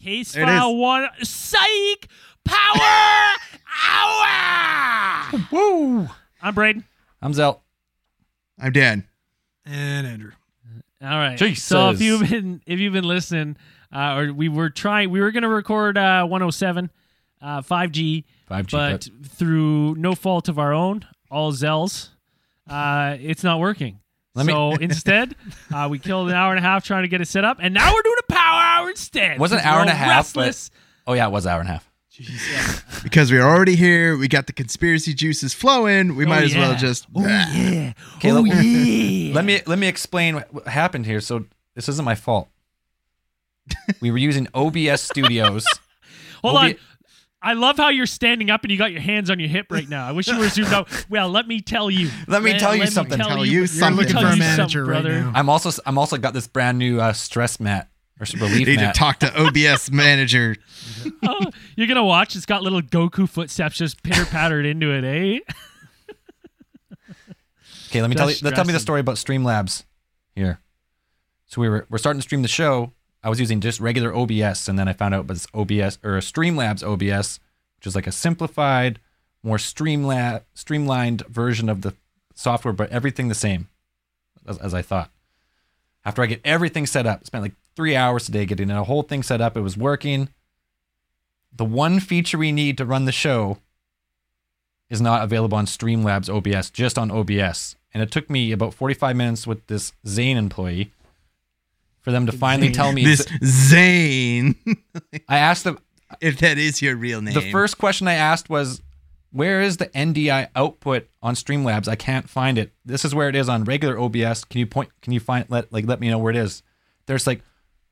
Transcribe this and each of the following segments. Space There it File is. 1 Psych Power Hour. Woo! I'm Braden. I'm Zell. I'm Dan. And Andrew. All right. So if Jesus. you've been if you've been listening, uh, or we were trying, we were gonna record uh, 107, uh, 5G, 5G. but through no fault of our own, all Zells, uh, it's not working. Let me- so instead, uh, we killed an hour and a half trying to get it set up, and now we're doing a power hour instead. Was it an because hour and we're a all half, but- Restless. oh yeah, it was an hour and a half. Because we're already here, we got the conspiracy juices flowing. We Oh, might as well yeah. just. Oh yeah. Caleb, oh yeah. Let me let me explain what what happened here. So this isn't my fault. we were using OBS Studios. Hold We'll on. be- I love how you're standing up and you got your hands on your hip right now. I wish you were zoomed out. Well, let me tell you. Let me tell you something. Tell you I'm I'm looking tell gonna for a you something, manager right brother. now. I'm also I'm also got this brand new uh, stress mat or s- relief Need to mat. talk to OBS manager. Oh, you're gonna watch. It's got little Goku footsteps just pitter pattered into it, eh? okay, let me tell you. Just Let tell me the stressing. story about Streamlabs here. So we were we're starting to stream the show. I was using just regular OBS, and then I found out it was OBS or Streamlabs OBS, which is like a simplified, more streamla- streamlined version of the software, but everything the same as, as I thought. After I get everything set up, spent like three hours today getting the whole thing set up. It was working. The one feature we need to run the show is not available on Streamlabs OBS, just on OBS. And it took me about 45 minutes with this Zane employee for them to finally tell me. This Zane, I asked them, if that is your real name. the first question I asked was, "Where is the NDI output on Streamlabs? I can't find it. This is where it is on regular OBS. Can you point? Can you find? Let like let me know where it is." There's like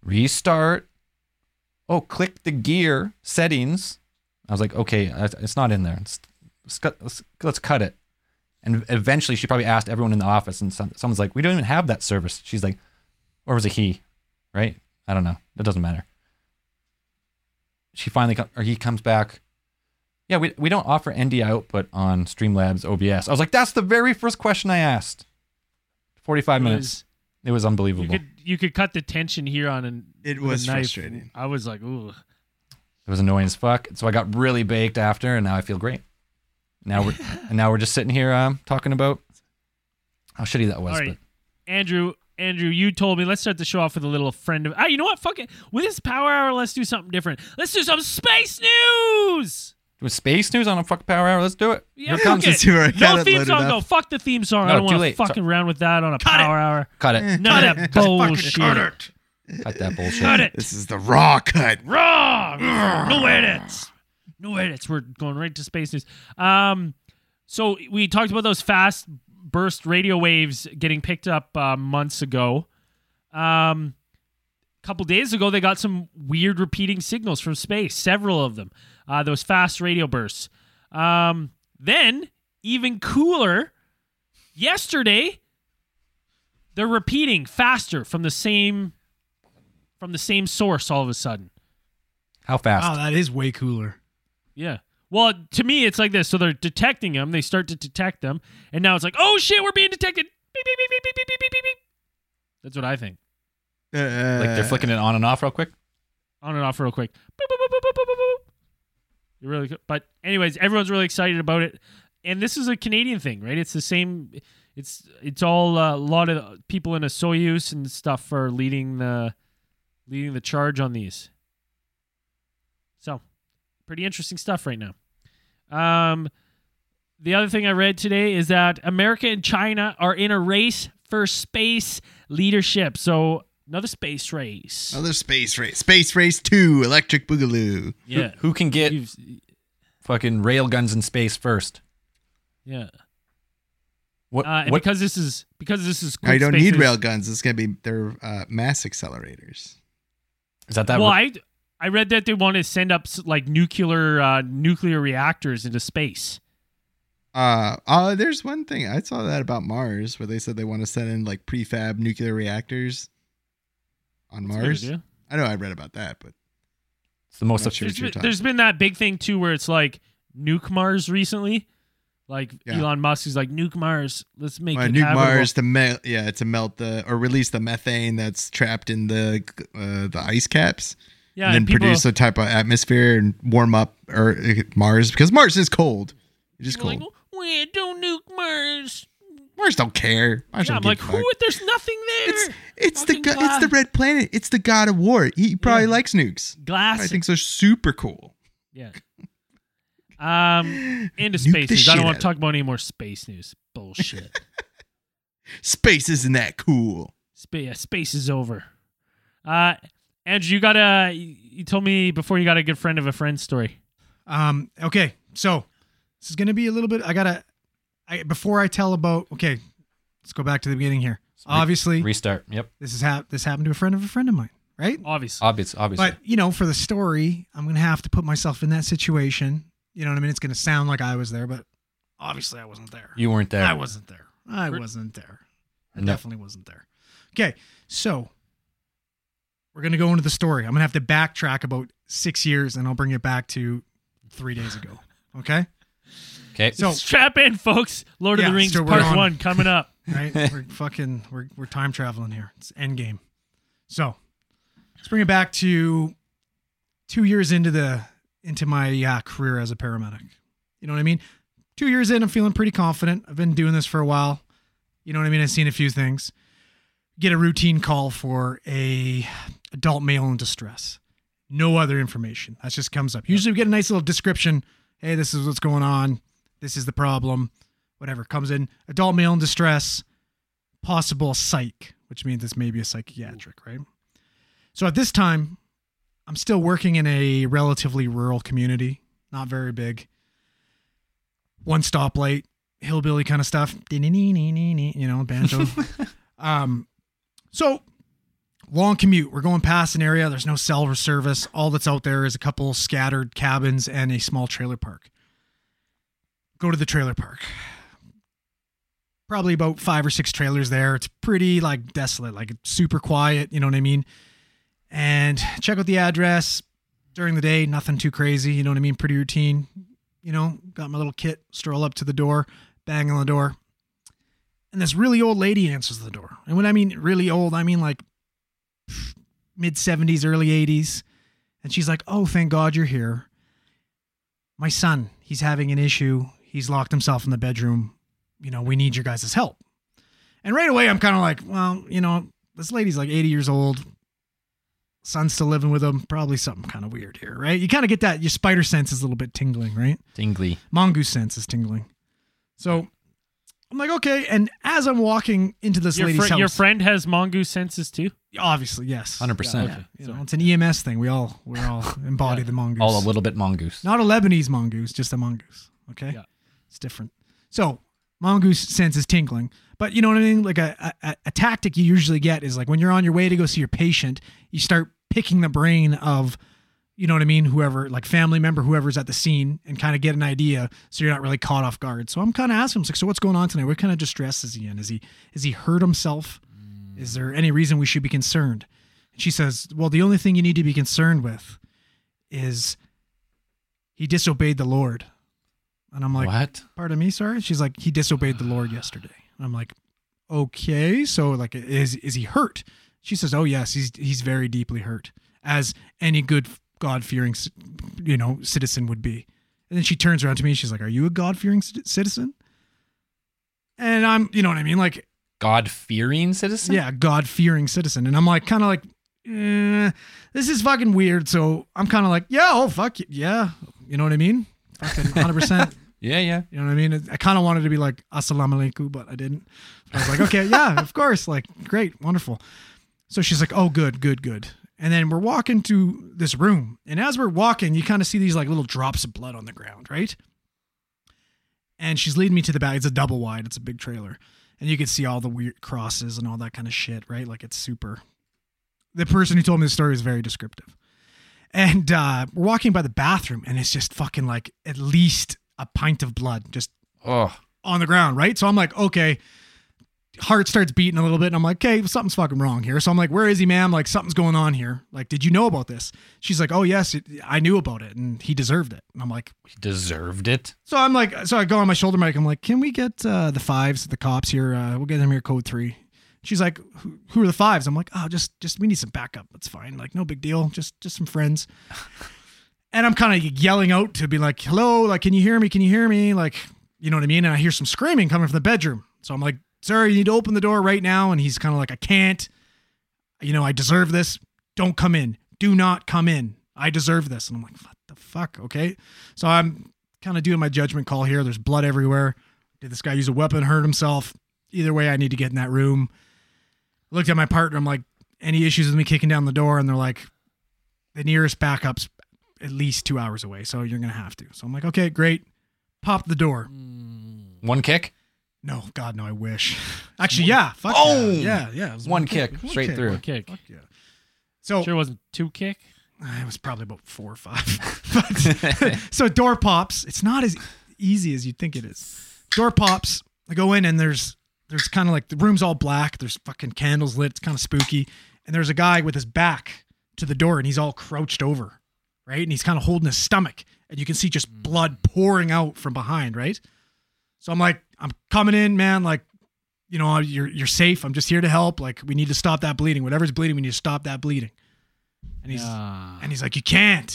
restart. Oh, click the gear settings. I was like, okay, uh, it's not in there. It's, let's, cut, let's, let's cut it. And eventually, she probably asked everyone in the office, and some, someone's like, "We don't even have that service." She's like, "Or was it he?" Right? I don't know. It doesn't matter. She finally, com- or he comes back. Yeah, we, we don't offer NDI output on Streamlabs OBS. I was like, that's the very first question I asked. 45 minutes. It was You unbelievable. could you could cut the tension here on an. It with a was knife. frustrating. I was like, ooh. it was annoying as fuck. So I got really baked after, and now I feel great. Now we're and now we're just sitting here um, talking about how shitty that was. All right, Andrew. Andrew, you told me let's start the show off with a little friend of. Ah, you know what? Fuck it. With this power hour, let's do something different. Let's do some space news. but with space news on a fuck power hour, let's do it. Yeah, here it comes. fuck Just here, I it. got No it theme loaded song up. though. Fuck the theme song. No, I don't too want to late. fucking round with that on a power hour. Cut it. None of that bullshit. Cut that bullshit. Cut it. This is the raw cut. Raw. No edits. No edits. We're going right to space news. Um, so we talked about those fast burst radio waves getting picked up uh, months ago. Um, a couple days ago, they got some weird repeating signals from space. Several of them. Uh, those fast radio bursts. Um, then even cooler. Yesterday, they're repeating faster from the same from the same source all of a sudden. How fast? Wow, that is way cooler. Yeah. Well, to me, it's like this. So they're detecting them. They start to detect them, and now it's like, oh shit, we're being detected. Beep, beep, beep, beep, beep, beep, beep, beep, beep, beep. That's what I think. Uh, like they're flicking it on and off real quick. On and off real quick. Boop, boop, boop, boop, boop, boop, boop. You're really good. But anyways, everyone's really excited about it, and this is a Canadian thing, right? It's the same. It's it's all uh, a lot of people in a Soyuz and stuff are leading the leading the charge on these. So, pretty interesting stuff right now. Um, the other thing I read today is that America and China are in a race for space leadership. So another space race. Another space race. Space race two. Electric Boogaloo. yeah, Who can get You've- fucking rail guns in space first? yeah. What? Uh, and what because this is because this is I quick don't space need race- rail guns. It's gonna be their uh, mass accelerators. is that? That well, I I read that they want to send up s- like nuclear uh, nuclear reactors into space. Uh, uh, there's one thing I saw that about Mars where they said they want to send in like prefab nuclear reactors on That's a good Mars. idea. I know I read about that, but it's the most. Not sure. Sure. There's what you're been, there's been that big thing too where it's like nuke Mars recently. Like Yeah. Elon Musk is like nuke Mars. Let's make uh, it nuke habitable." Mars to melt, yeah, to melt the or release the methane that's trapped in the uh, the ice caps Yeah, and then and people- produce a type of atmosphere and warm up or uh, Mars because Mars is cold. It's just People cold. like, "Wait, don't nuke Mars. Mars don't care. Mars Yeah, don't I'm give like, a who? fuck. There's nothing there. It's it's the Fucking go- it's the glass. red planet. It's the god of war. He probably Yeah. likes nukes. I glass. think they're super cool. Yeah. Um, into Nuke space the news. I shit don't want out to of talk about any more space news. Bullshit. Space isn't that cool. Spa yeah, space is over. Uh, Andrew, you got a. You told me before you got a good friend of a friend story. Um, okay, so this is gonna be a little bit. I gotta, I before I tell about. Okay, let's go back to the beginning here. Obviously, Restart. Yep. this is hap- this happened to a friend of a friend of mine, right? Obviously, Obvious. Obviously. But you know, for the story, I'm gonna have to put myself in that situation. You know what I mean? It's gonna sound like I was there, but obviously I wasn't there. you weren't there. I wasn't there. I For- wasn't there. I No. definitely wasn't there. Okay, so we're gonna go into the story. I'm gonna have to backtrack about six years, and I'll bring it back to three days ago. Okay, Okay. so strap in, folks. Lord of Yeah, the Rings so we're Part on. One coming up. right? we're fucking we're we're time traveling here. It's endgame. So let's bring it back to two years into the into my uh, career as a paramedic. You know what I mean? Two years in, I'm feeling pretty confident. I've been doing this for a while. You know what I mean? I've seen a few things. Get a routine call for a adult male in distress. No other information. That just comes up. Usually we get a nice little description. Hey, this is what's going on. This is the problem. Whatever comes in. Adult male in distress. Possible psych, which means this may be a psychiatric, right? So at this time, I'm still working in a relatively rural community, not very big. One stoplight, hillbilly kind of stuff. You know, banjo. um, so long commute. We're going past an area. There's no cell service. All that's out there is a couple scattered cabins and a small trailer park. Go to the trailer park. Probably about five or six trailers there. It's pretty like desolate, like super quiet. You know what I mean? And check out the address during the day. Nothing too crazy. You know what I mean? Pretty routine. You know, got my little kit, stroll up to the door, bang on the door. And this really old lady answers the door. And when I mean really old, I mean like mid 70s, early 80s. And she's like, Oh, thank God you're here. My son, he's having an issue. He's locked himself in the bedroom. You know, we need your guys' help. And right away, I'm kind of like, Well, you know, this lady's like 80 years old. Son's still living with him. Probably something kind of weird here, right? You kind of get that. Your spider sense is a little bit tingling, right? Dingley. Mongoose sense is tingling. So I'm like, okay. And as I'm walking into this Your, lady's fri- house, your friend has mongoose senses too. obviously, yes, Hundred percent. Yeah, okay. you know, it's an EMS thing. We all we all embody the mongoose. All a little bit mongoose. Not a Lebanese mongoose, just a mongoose. Okay, Yeah. it's different. So mongoose sense is tingling, but you know what I mean. Like a, a a- a tactic you usually get is like when you're on your way to go see your patient, you start picking the brain of, you know what I mean, whoever like family member, whoever's at the scene, and kind of get an idea, so you're not really caught off guard. So I'm kind of asking him like, so what's going on tonight? What kind of distress is he in? Is he is he hurt himself? Is there any reason we should be concerned? And she says, Well, the only thing you need to be concerned with is he disobeyed the Lord. And I'm like, what? Pardon me, sorry. She's like, He disobeyed the Lord yesterday. And I'm like, Okay. So, like, is, is he hurt? She says, Oh, yes. He's, he's very deeply hurt, as any good God fearing, you know, citizen would be. And then she turns around to me. She's like, Are you a God fearing citizen? And I'm, you know what I mean? Like, God fearing citizen. yeah, God fearing citizen. And I'm like, kind of like, eh, this is fucking weird. So I'm kind of like, yeah, oh, fuck it. Yeah. You know what I mean? Fucking 100%. Yeah. Yeah. you know what I mean? I kind of wanted to be like, assalamu alaikum, but I didn't. I was like, okay, yeah, of course. Like, great, wonderful. So she's like, oh, good, good, good. And then we're walking to this room. And as we're walking, you kind of see these like little drops of blood on the ground, right? And she's leading me to the back. It's a double wide, it's a big trailer. And you can see all the weird crosses and all that kind of shit, right? Like, it's super. The person who told me the story is very descriptive. And uh, we're walking by the bathroom, and it's just fucking like at least a pint of blood just Oh. on the ground, right? So I'm like, okay. Heart starts beating a little bit, and I'm like, okay, something's fucking wrong here. So I'm like, where is he, ma'am? Like, something's going on here. Like, did you know about this? She's like, oh, yes, it, I knew about it, and he deserved it. And I'm like, He deserved it. so I'm like, so I go on my shoulder mic. I'm like, can we get uh, the fives, the cops here? Uh, we'll get them here, code three. she's like, who, who are the fives? I'm like, oh, just just we need some backup. That's fine. Like no big deal. Just just some friends. And I'm kind of yelling out to be like, hello, like can you hear me? Can you hear me? Like you know what I mean? And I hear some screaming coming from the bedroom. So I'm like, sir, you need to open the door right now. And he's kind of like, I can't. You know, I deserve this. Don't come in. Do not come in. I deserve this. And I'm like, what the fuck? Okay. So I'm kind of doing my judgment call here. There's blood everywhere. Did this guy use a weapon, hurt himself? Either way, I need to get in that room. Looked at my partner. I'm like, any issues with me kicking down the door? And they're like, the nearest backup's at least two hours away. So you're going to have to. So I'm like, okay, great. Pop the door. One kick, No, God, no, I wish. Actually, yeah. Fuck oh, yeah, yeah. yeah, it was one kick, straight kick. through. Kick. Fuck yeah. Oh. So Sure wasn't two kick. uh, it was probably about four or five. But- so door pops. It's not as easy as you'd think it is. Door pops. I go in and there's there's kind of like the room's all black. There's fucking candles lit. It's kind of spooky. And there's a guy with his back to the door and he's all crouched over, right? And he's kind of holding his stomach and you can see just blood pouring out from behind, right? So I'm like, I'm coming in, man. Like, you know, you're you're safe. I'm just here to help. Like, we need to stop that bleeding. Whatever's bleeding, we need to stop that bleeding. And he's Ah. and he's like, "You can't."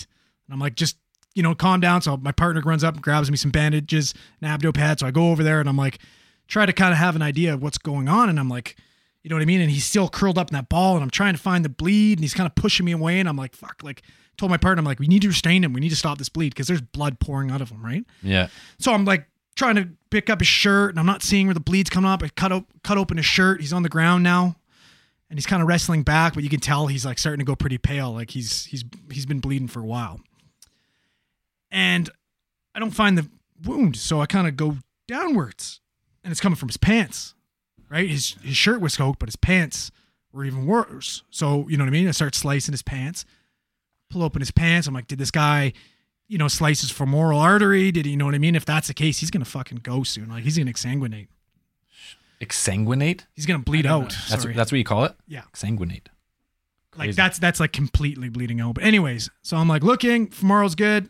And I'm like, "Just you know, calm down." So my partner runs up and grabs me some bandages, an abdo pad. So I go over there and I'm like, try to kind of have an idea of what's going on. And I'm like, you know what I mean? And he's still curled up in that ball, and I'm trying to find the bleed, and he's kind of pushing me away. And I'm like, "Fuck!" Like, told my partner, I'm like, "We need to restrain him. We need to stop this bleed because there's blood pouring out of him, right?" Yeah. So I'm like trying to pick up his shirt, and I'm not seeing where the bleed's coming up. I cut op- cut open his shirt. He's on the ground now, and he's kind of wrestling back, but you can tell he's like starting to go pretty pale. Like he's he's he's been bleeding for a while. And I don't find the wound, so I kind of go downwards, and it's coming from his pants. Right, his his shirt was soaked, but his pants were even worse. So you know what I mean. I start slicing his pants, pull open his pants. I'm like, did this guy? you know, slices femoral artery. Did he, you know what I mean? If that's the case, he's gonna fucking go soon. Like he's gonna exsanguinate. Exsanguinate. He's gonna bleed out. That's Oh, Sorry. that's what you call it. Yeah. Exsanguinate. like crazy. that's that's like completely bleeding out. But anyways, so I'm like looking, femoral's good,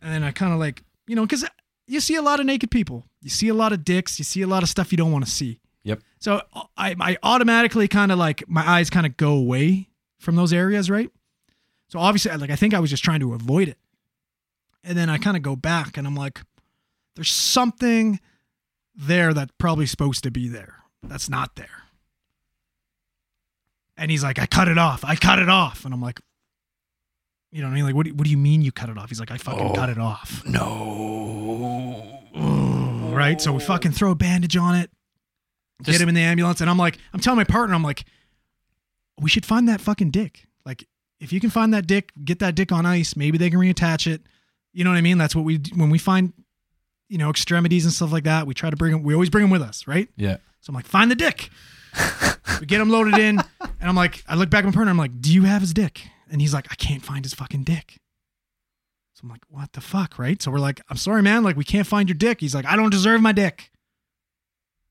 and then I kind of like you know because you see a lot of naked people, you see a lot of dicks, you see a lot of stuff you don't want to see. Yep. So I I automatically kind of like my eyes kind of go away from those areas, right? So obviously, I- like I think I was just trying to avoid it, and then I kind of go back and I'm like, there's something there that's probably supposed to be there that's not there. And he's like, I cut it off. I cut it off. And I'm like, you know what I mean? Like, what do, what do you mean you cut it off? He's like, I fucking cut it off. Oh, No. All right. So we fucking throw a bandage on it, Just- get him in the ambulance. And I'm like, I'm telling my partner, I'm like, we should find that fucking dick. Like, if you can find that dick, get that dick on ice. Maybe they can reattach it. You know what I mean? That's what we, do- when we find, you know, extremities and stuff like that, we try to bring them, we always bring them with us, right? Yeah. So I'm like, find the dick. we get him loaded in, and I'm like, I look back at my partner. I'm like, do you have his dick? And he's like, I can't find his fucking dick. So I'm like, what the fuck, right? So we're like, I'm sorry, man. Like, we can't find your dick. He's like, I don't deserve my dick.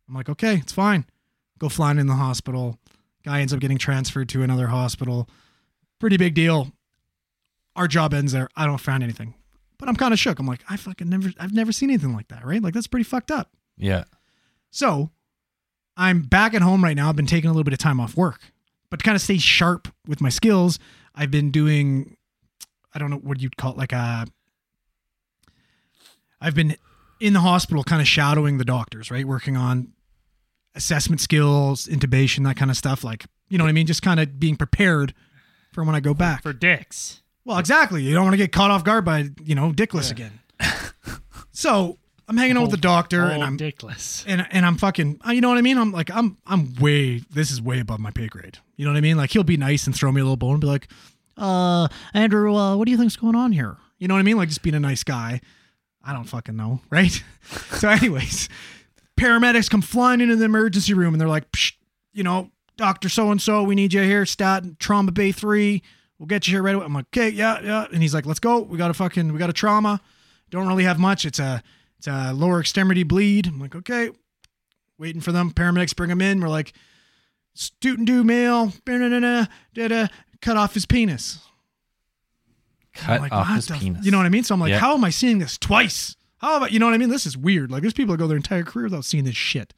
I'm like, okay, it's fine. Go flying in the hospital. Guy ends up getting transferred to another hospital. Pretty big deal. Our job ends there. I don't find anything. But I'm kind of shook. I'm like, I fucking never, I've never seen anything like that, right? Like, that's pretty fucked up. Yeah. So I'm back at home right now. I've been taking a little bit of time off work, but to kind of stay sharp with my skills, I've been doing, I don't know what you'd call it, like a, I've been in the hospital kind of shadowing the doctors, right? Working on assessment skills, intubation, that kind of stuff. Like, you know what I mean? Just kind of being prepared for when I go back. For dicks. Well, exactly. You don't want to get caught off guard by, you know, dickless again. so I'm hanging out with the doctor Oh, and I'm dickless. and and I'm fucking, uh, you know what I mean? I'm like, I'm I'm way, this is way above my pay grade. You know what I mean? Like he'll be nice and throw me a little bone and be like, uh, Andrew, uh, what do you think's going on here? You know what I mean? Like just being a nice guy. I don't fucking know, right? so, anyways, paramedics come flying into the emergency room and they're like, Psh, you know, Doctor So and So, we need you here, statin trauma bay three. We'll get you here right away. I'm like, okay, yeah, yeah. And he's like, let's go. We got a fucking, we got a trauma. Don't really have much. It's a, it's a lower extremity bleed. I'm like, okay, waiting for them. Paramedics bring him in. We're like, student do male, da-da-da-da, da-da, cut off his penis. I'm Cut like, off what his the f- penis. You know what I mean? So I'm like, Yeah. how am I seeing this twice? How about you know what I mean? This is weird. Like there's people that go their entire career without seeing this shit.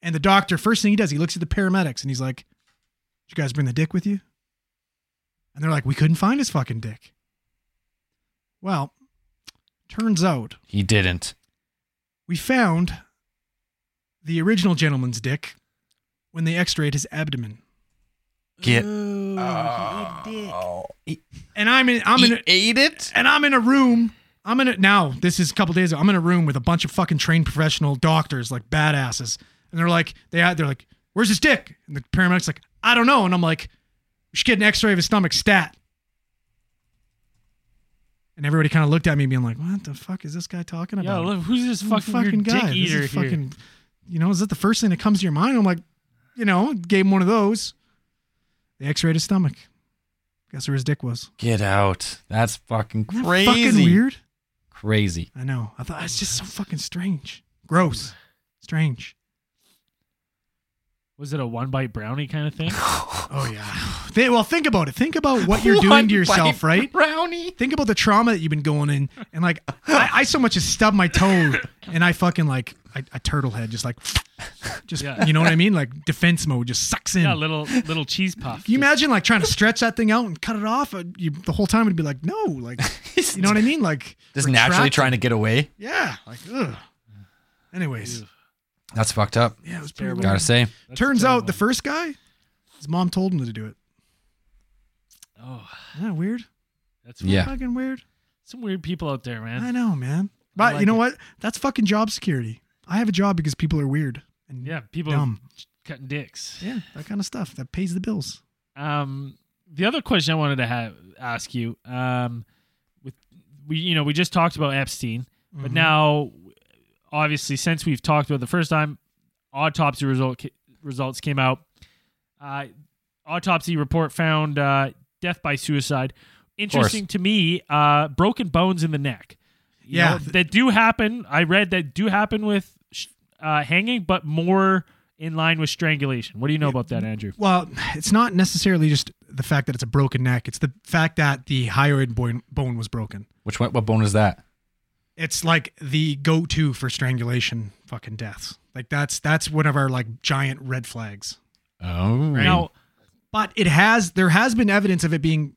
And the doctor, first thing he does, he looks at the paramedics and he's like, Did you guys bring the dick with you? And they're like, We couldn't find his fucking dick. Well, turns out He didn't. we found the original gentleman's dick when they x-rayed his abdomen. Get. Oh, And I'm in I'm in a, ate it. and I'm in a room. I'm in a now, this is a couple days ago. I'm in a room with a bunch of fucking trained professional doctors, like badasses. And they're like, they they're like, where's his dick? And the paramedic's like, I don't know. And I'm like, we should get an x-ray of his stomach stat. And everybody kind of looked at me being like, what the fuck is this guy talking about? Yo, look, who's this I'm a fucking, weird dick This is eater here? fucking- you know, is that the first thing that comes to your mind? I'm like, you know, gave him one of those. They x-rayed his stomach. Guess where his dick was. Get out. That's fucking Isn't that crazy. fucking weird. Crazy. I know. I thought it's just so fucking strange. Gross. Strange. Was it a one bite brownie kind of thing? Oh yeah. Th- well, think about it. Think about what you're doing to yourself, right? Brownie. Think about the trauma that you've been going in, and like I, I so much as stubbed my toe, and I fucking like I, a turtle head, just like, just Yeah. you know what I mean, like defense mode, just sucks in. yeah, little little cheese puff. Can you imagine like trying to stretch that thing out and cut it off? Uh, You, the whole time it'd be like, no, like, you know what I mean? Like, Just naturally retract- trying to get away. Yeah. Like, ugh. Anyways, That's fucked up. yeah, it was pretty Terrible. weird. Gotta say. That's Turns terrible. out the first guy, his mom told him to do it. Oh, Isn't that weird? that's Yeah. Fucking weird. Some weird people out there, man. I know, man. But like you know it. what? That's fucking job security. I have a job because people are weird and Yeah, people dumb. cutting dicks. Yeah, that kind of stuff that pays the bills. Um, the other question I wanted to have ask you, um, with we you know we just talked about Epstein, but Mhm. now obviously since we've talked about it the first time, autopsy result ca- results came out. Uh, autopsy report found uh, death by suicide. Interesting to me, uh, broken bones in the neck. You Yeah. know, that do happen. I read that do happen with sh- uh, hanging, but more in line with strangulation. What do you know about that, Andrew? Well, it's not necessarily just the fact that it's a broken neck. It's the fact that the hyoid bone, bone was broken. Which one, what bone is that? It's like the go-to for strangulation fucking deaths. Like that's that's one of our like giant red flags. Oh. Now, But it has there has been evidence of it being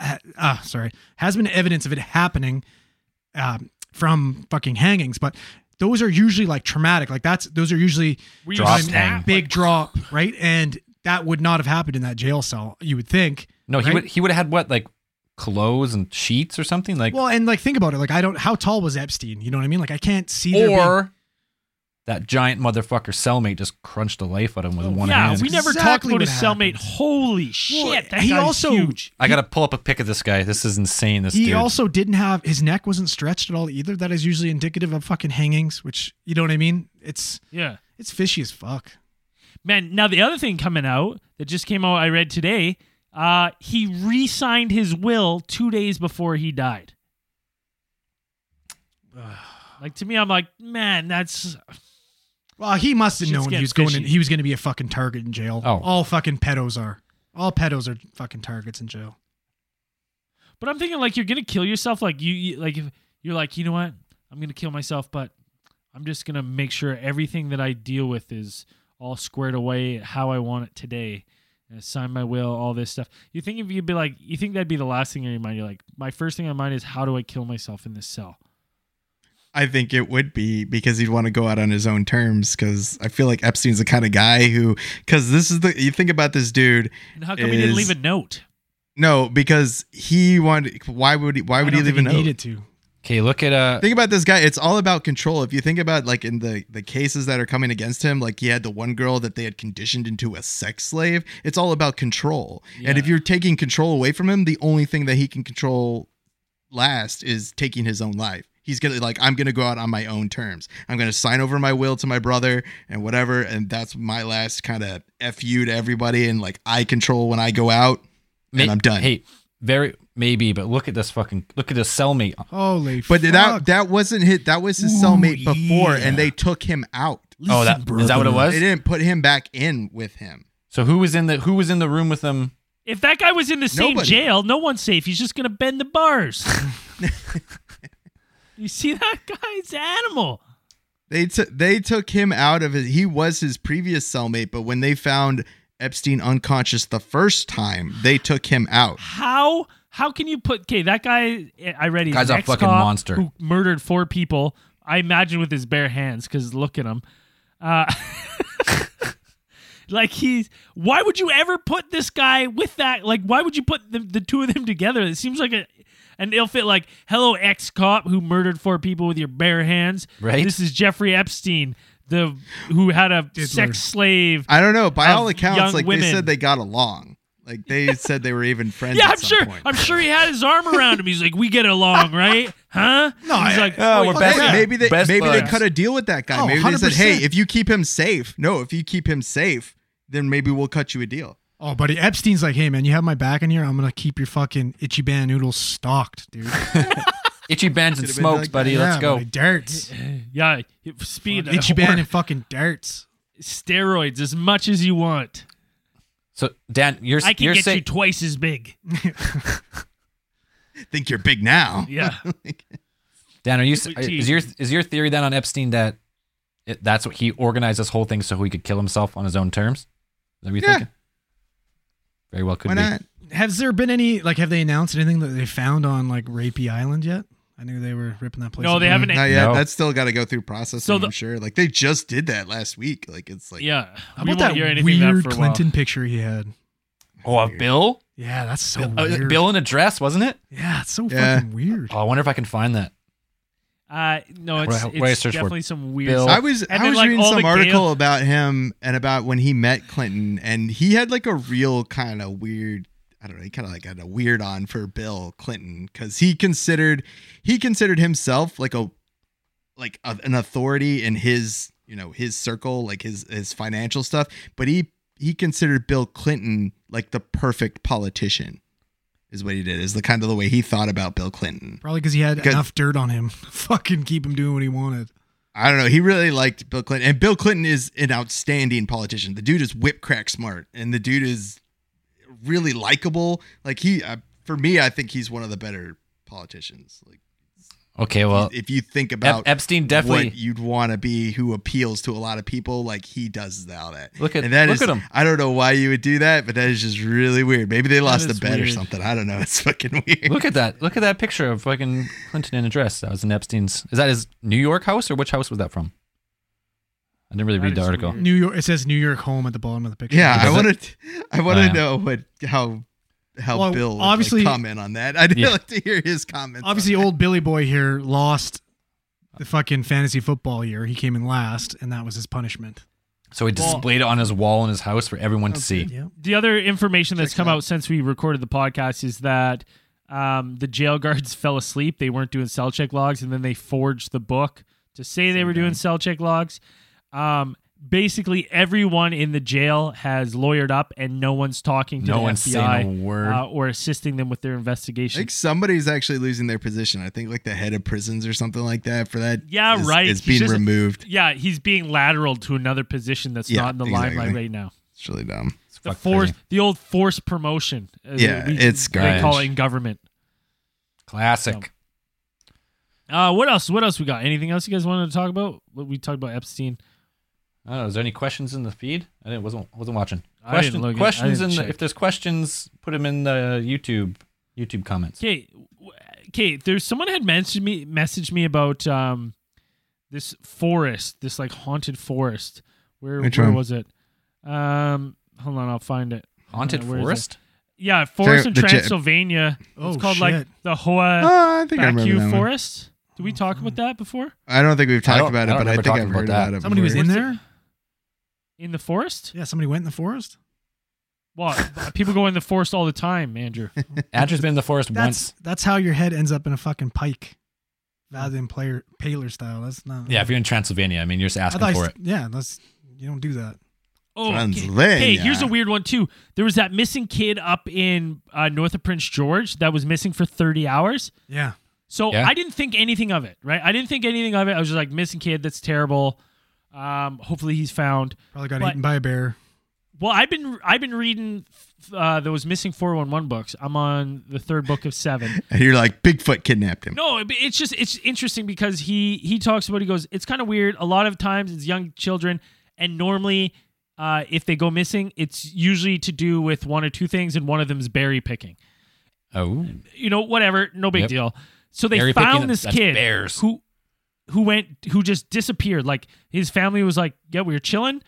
uh, uh, sorry, has been evidence of it happening um, from fucking hangings, but those are usually like traumatic. Like that's those are usually we Drop snap, hang. like, big drop, right? And that would not have happened in that jail cell, you would think. No, he Right? would he would have had what like clothes and sheets or something like Well, and like think about it. Like I don't. How tall was Epstein? You know what I mean? Like I can't see. there being- or that giant motherfucker cellmate just crunched the life out of him Oh, with one yeah, hand. we never talked exactly about his what cellmate. Holy shit, that he guy's also- huge. I gotta pull up a pic of this guy. This is insane. This he dude. also didn't have his neck wasn't stretched at all either. That is usually indicative of fucking hangings, which you know what I mean. It's Yeah, it's fishy as fuck. man. Now the other thing coming out that just came out, I read today. Uh, he re-signed his will two days before he died. Like to me, I'm like, man, that's Well, he must have Shit's known he getting was going. In, fishy. he was going to be a fucking target in jail. Oh. all fucking pedos are. All pedos are fucking targets in jail. But I'm thinking like you're gonna kill yourself. Like you, you like if you're like you know what, I'm gonna kill myself, but I'm just gonna make sure everything that I deal with is all squared away how I want it today. And I sign my will, all this stuff. You think if you'd be like, you think that'd be the last thing on your mind? You're like, my first thing on mind is how do I kill myself in this cell? I think it would be because he'd want to go out on his own terms. Because I feel like Epstein's the kind of guy who, because this is the you think about this dude. And how come he didn't Is- leave a note? No, because he wanted. Why would he? Why would I he don't leave a think note? he needed to? Okay, look at uh Think about this guy. It's all about control. If you think about like in the the cases that are coming against him, like he had the one girl that they had conditioned into a sex slave. It's all about control. And if Yeah. you're taking control away from him, the only thing that he can control last is taking his own life. He's gonna like I'm gonna go out on my own terms. I'm gonna sign over my will to my brother and whatever. And that's my last kind of f you to everybody. And like I control when I go out. ma- and I'm done. Hey, very maybe, but look at this fucking look at this cellmate. Holy. But fuck. that that wasn't hit. That was his Ooh, cellmate before, yeah. and they took him out. oh, that is that what it was? They didn't put him back in with him. So who was in the who was in the room with them? If that guy was in the same Nobody. jail, no one's safe. He's just gonna bend the bars. you see that guy's animal. They took they took him out of his. He was his previous cellmate, but when they found Epstein unconscious the first time, they took him out. How how can you put okay that guy? I read he's Guy's an a fucking ex-cop monster. who murdered four people. I imagine with his bare hands because look at him. Uh, like he's why would you ever put this guy with that? Like why would you put the, the two of them together? It seems like a an ill fit. Like hello ex cop who murdered four people with your bare hands. Right. This is Jeffrey Epstein. The who had a Diddler. sex slave I don't know. By Of all young accounts, like women. they said, they got along. Like they said, they were even friends. Yeah, at I'm some sure. point. I'm sure he had his arm around him. He's like, "We get along, right? Huh?" No, he's I- uh, like, Oh, we're "Wait, best- what?" Hey, maybe they Best maybe buds. they cut a deal with that guy. Oh, maybe they said, 100%. "Hey, if you keep him safe, no, if you keep him safe, then maybe we'll cut you a deal." Oh, buddy, Epstein's like, hey man, you have my back in here. I'm gonna keep your fucking itchy band noodles stocked, dude. Itchy bends and Could've been smokes, like- buddy. Let's Yeah, go. buddy, darts, Yeah, it- speed, itchy band or and fucking darts. steroids as much as you want. So Dan, you're I can you're get saying you twice as big. Think you're big now. Yeah, Dan, are you s- Sweet are- tea. is your is your theory then on Epstein that it, that's what he organized this whole thing so he could kill himself on his own terms? Is that what you're Yeah. thinking? Very well could Why be. not? Has there been any like have they announced anything that they found on like Rapey Island yet? I knew they were ripping that place. No, they apart. haven't- Not yet. No. That's still got to go through processing. So the- I'm sure. Like they just did that last week. Like it's like yeah. How we about won't that hear weird anything about for a while. Clinton picture he had? Oh, a bill? Yeah, that's so A- a weird. bill and a dress, wasn't it? Yeah, it's so Yeah. fucking weird. Oh, I wonder if I can find that. Uh, no, it's, Where- where I it's search for definitely some weird. Bill. stuff. I was And I then, was like, reading all some the article Gale- about him and about when he met Clinton, and he had like a real kind of weird. I don't know. He kind of like had a weird on for Bill Clinton because he considered he considered himself like a like a, an authority in his you know his circle, like his his financial stuff. But he he considered Bill Clinton like the perfect politician. Is what he did. Is the kind of the way he thought about Bill Clinton. Probably because he had Because- enough dirt on him. fucking keep him doing what he wanted. I don't know. He really liked Bill Clinton, and Bill Clinton is an outstanding politician. The dude is whip crack smart, and the dude is really likable. Like he, uh, for me, I think he's one of the better politicians. Like Okay, well, if you think Ep- about Epstein definitely what you'd want to be, who appeals to a lot of people, like he does all that. Look at- and that look is- at him. I don't know why you would do that, but that is just really weird. Maybe they lost a is bet or weird. something. I don't know. It's fucking weird. Look at that. Look at that picture of fucking Clinton in a dress. That was in Epstein's. Is that his New York house or which house was that from? I didn't really That read the is article. weird. New York. It says New York home at the bottom of the picture. Yeah, I Does it- want to. I want Oh, to yeah. know what how how Well, Bill would, obviously- like, comment on that. I'd Yeah. like to hear his comments. on Obviously, that. old Billy Boy here lost the fucking fantasy football year. He came in last, and that was his punishment. So he Well- Oh, displayed it on his wall in his house for everyone to see. Yeah. the other information that's Check come it out. out since we recorded the podcast is that um, the jail guards fell asleep. They weren't doing cell check logs, and then they forged the book to say they were doing cell check logs. Um, basically, everyone in the jail has lawyered up, and no one's talking to No the one's FBI saying a word. Uh, or assisting them with their I investigation. think somebody's actually losing their position. I think like the head of prisons or something like that for that. Yeah, is- right. Is He's being just- removed. yeah, he's being lateral to another position that's Yeah, not in the exactly. limelight right now. It's really dumb. It's The fucking force, crazy. the old force promotion. uh, Yeah, we- it's They call it garbage. in government. Classic. Uh, what else? What else we got? Anything else you guys wanted to talk about? What we talked about Epstein. I don't know. Is there any questions in the feed? I didn't, wasn't wasn't watching. I didn't Question- look at- I questions didn't in the, check. if there's questions, put them in the YouTube YouTube comments. Okay, w- okay. There's someone had mentioned me, messaged me about um, this forest, this like haunted forest. Where Which where one? was it? Um, hold on, I'll find it. Haunted Uh, where is it? forest. Yeah, forest in the jet- Transylvania. Oh, it's called shit. like the Hoa Oh, I think I remember Baku that one. Oh, Forest. Did we talk about that before? I don't think we've I talked don't- about I it, don't but I remember think I've talking about heard that. about it. Somebody was before. in What's there. In the forest? Yeah, somebody went in the forest. Well, people go in the forest all the time, Andrew. Andrew's been in the forest That's once. that's how your head ends up in a fucking pike, rather than player paler style. That's not. Yeah, if you're in Transylvania, I mean, you're just I asking thought for you- it. Yeah, that's you don't do that. Oh, Transylvania. Hey, here's a weird one too. There was that missing kid up in uh, north of Prince George that was missing for 30 hours. Yeah, So Yeah. I didn't think anything of it, right? I didn't think anything of it. I was just like, missing kid, that's terrible. Um, hopefully he's found. probably got But- eaten by a bear. Well, I've been I've been reading uh, those missing 411 books. I'm on the third book of 7. And you're like, Bigfoot kidnapped him. No, it- it's just it's interesting because he he talks about he goes. It's kind of weird. A lot of times it's young children, and normally, uh, if they go missing, it's usually to do with one or two things, and one of them is berry picking. Oh, You know, whatever, no big Yep. deal. So they Berry picking, found this that's kid bears. who who went who just disappeared. Like his family was like, yeah, we were chilling,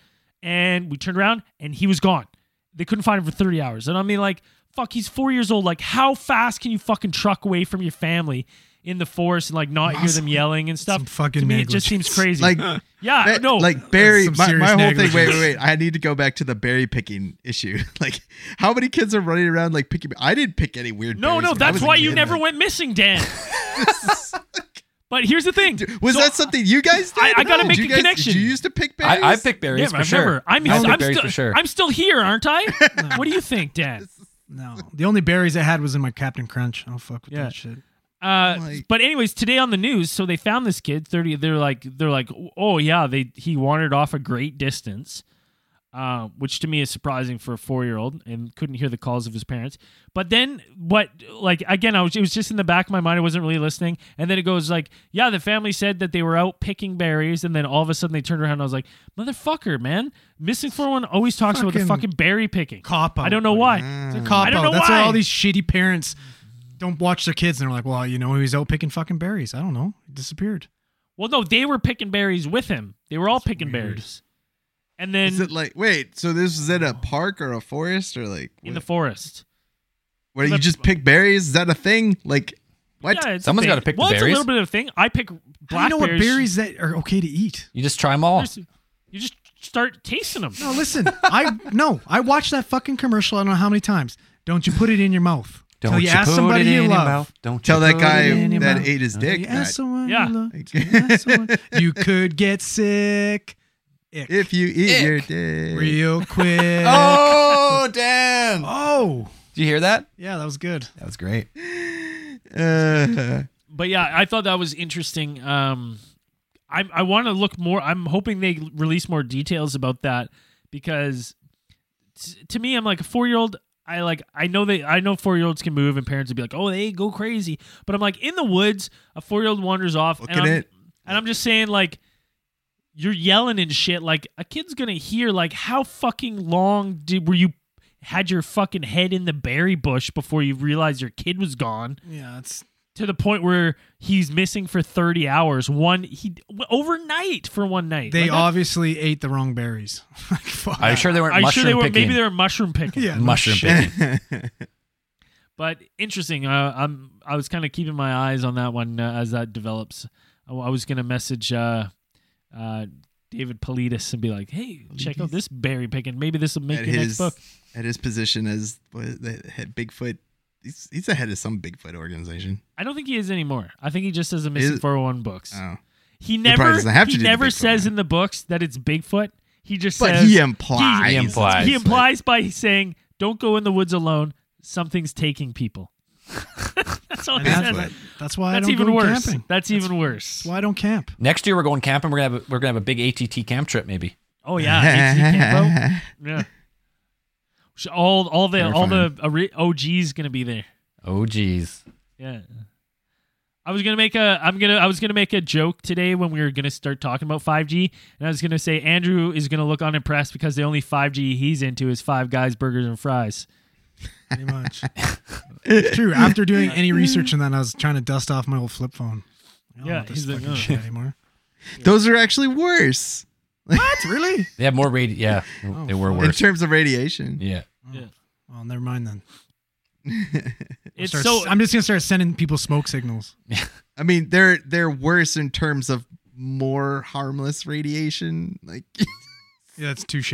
and we turned around, and he was gone. They couldn't find him for thirty hours, and I mean, like, fuck, he's four years old. Like, how fast can you fucking truck away from your family? In the forest and like not hear them yelling and stuff. Some fucking to me, it just negligence. seems crazy. Like, yeah, Ba- no, like Barry. some My, my serious whole negligence. thing. Wait, wait, wait. I need to go back to the berry picking issue. Like, how many kids are running around like picking? I didn't pick any weird. no, berries no. when I That's was a why you kid. never Like, went missing, Dan. but here's the thing: Was So that something you guys did? I- I gotta No. make Did a you guys- connection. Did you used to pick berries. I, I pick berries Yeah, for I remember. sure. I'm, I pick I'm berries still, for sure. I'm still here, aren't I? What do you think, Dan? No, the only berries I had was in my Captain Crunch. Oh fuck with Yeah. that shit. Uh, Like- but anyways, today on the news, so they found this kid. Thirty. They're like, they're like, oh yeah, they he wandered off a great distance, uh, which to me is surprising for a four year old and couldn't hear the calls of his parents. But then what? Like again, I was it was just in the back of my mind. I wasn't really listening. And then it goes like, yeah, the family said that they were out picking berries, and then all of a sudden they turned around. and I was like, motherfucker, man, missing four oh one always talks about the Fucking fucking berry picking. Cop out. I don't know buddy. why. It's a cop I don't out. know That's why. why all these shitty parents don't watch their kids and they're like, well, you know, he's out picking fucking berries. I don't know. He disappeared. Well, no, they were picking berries with him. They were all picking weird. berries, and then Is it like wait? So this was in a park or a forest or like in what, the forest. where you just pick berries? Is that a thing? Like what? Yeah, it's a Someone's thing. gotta pick the well, berries. it's a little bit of a thing. I pick How do you know what blackberries. berries that are okay to eat? You just try them all. There's- You just start tasting them. No, listen. I no. I watched that fucking commercial. I don't know how many times. Don't you put it in your mouth? Till Don't you, ask put somebody it in you your love. mouth. Don't Tell you that put guy it in your that mouth. ate his Till dick. you ask that- someone Yeah. you love. Like- Till you ask someone- You could get sick. Ick. if you eat Ick. your dick. real quick. Oh, damn! Oh. Did you hear that? Yeah, that was good. That was great. Uh, But yeah, I thought that was interesting. Um, I I want to look more. I'm hoping they release more details about that because t- to me, I'm like a four year old. I like I know they I know four year olds can move and parents would be like, oh, they go crazy. But I'm like in the woods, a four year old wanders off, Look and at I'm, it. and I'm just saying like. You're yelling and shit. Like a kid's gonna hear. Like how fucking long did were you had your fucking head in the berry bush before you realized your kid was gone? Yeah, it's to the point where he's missing for 30 hours one he overnight for one night they Like, obviously ate the wrong berries. like, fuck. Are you sure they weren't i'm mushroom sure they were picking? maybe they were mushroom picking Yeah, no mushroom shit. picking. but interesting uh, i'm i was kind of keeping my eyes on that one uh, as that develops i, I was going to message uh uh David Politis and be like, "Hey, check out this berry picking. Maybe this will make at your his next book." at his position as what is it, head Bigfoot. He's, he's the head of some Bigfoot organization. I don't think he is anymore. I think he just does a missing Is- 401 books. Oh, he probably never doesn't have to he do the never Bigfoot says one. in the books that it's Bigfoot. He just but says he implies. He implies. He implies by saying, "Don't go in the woods alone. Something's taking people." that's all And he says. That's, that's, why, that's why I don't even go worse. camping. That's, even worse. That's why I don't camp. Next year we're going camping. We're gonna have a, we're gonna have a big ATT camp trip maybe. Oh yeah, AT camp out. yeah. Sh- All all the all the ori- OGs gonna be there. Oh geez. Yeah. I was gonna make a I'm gonna I was gonna make a joke today when we were gonna start talking about 5G, and I was gonna say Andrew is gonna look unimpressed because the only 5G he's into is Five Guys burgers and fries. Pretty much. it's true. After doing any research on that, I was trying to dust off my old flip phone. I don't Yeah, want this he's like, fucking "Oh." shit anymore. Those are actually worse what? Really? They have more radio. Yeah, they were fuck. in worse. terms of radiation. yeah. Well, never mind then. I'll It's start- so I'm just gonna start sending people smoke signals. I mean, they're they're worse in terms of more harmless radiation. Like Yeah, that's touche.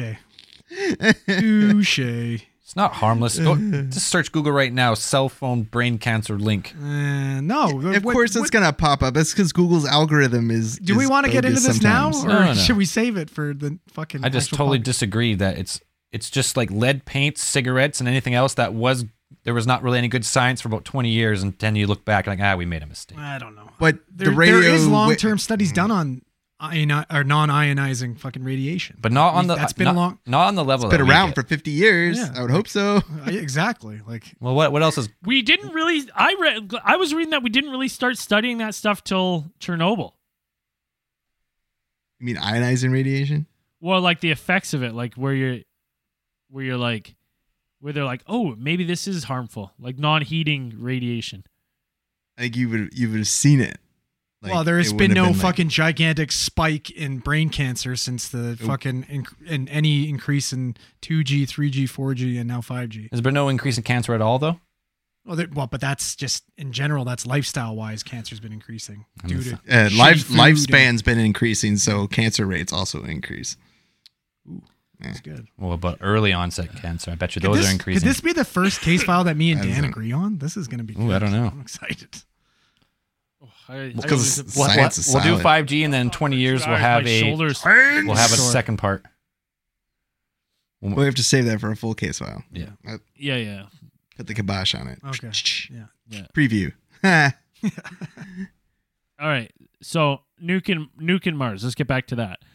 touche. Eh, It's not harmless. Go, just search Google right now. Cell phone brain cancer link. Mm, Eh, no. of course it's gonna pop up. It's because Google's algorithm is. Do we is want to get into bogus this sometimes. now, or No, no, no. should we save it for the fucking? I just actual totally podcast? disagree that it's it's just like lead paints, cigarettes, and anything else that was there was not really any good science for about twenty years, and then you look back and like ah, we made a mistake. I don't know. But There, the radio Mm. there is wa- long-term studies done on ioni- or non-ionizing fucking radiation. but not on the That's been not, a long- not on the level. Been that we around get. for 50 years. Yeah. I would hope so. Uh, exactly. Like Well, what what else is We didn't really. I read. I was reading that we didn't really start studying that stuff till Chernobyl. You mean ionizing radiation? Well, like the effects of it, like where you're, where you're like, where they're like, oh, maybe this is harmful, like non-heating radiation. I think you would you would have seen it. Like, well, there has it been wouldn't have no like- fucking gigantic spike in brain cancer since the fucking inc- and any increase in 2G, 3G, 4G, and now 5G. Has there been no increase in cancer at all, though? Well, there, well, but that's just in general. That's lifestyle wise, cancer's been increasing I mean, due to uh, life shitty food and- lifespan's been increasing, so cancer rates also increase. It's good. Well, but early onset cancer. I bet you Could those this, are Could increasing. this be the first case file that me and That Dan isn't- agree on? This is going to be. Ooh, I good. don't know. I'm excited. Because Oh, I- What- what- science is we'll do solid. 5G, and then in 20 years we'll have my a shoulders. we'll have a Sure. second part. We have to save that for a full case file. Yeah. Uh, Yeah, yeah. Put the kibosh on it. Okay. Preview. Ha. All right. So Nuke and Nuke and Mars. Let's get back to that.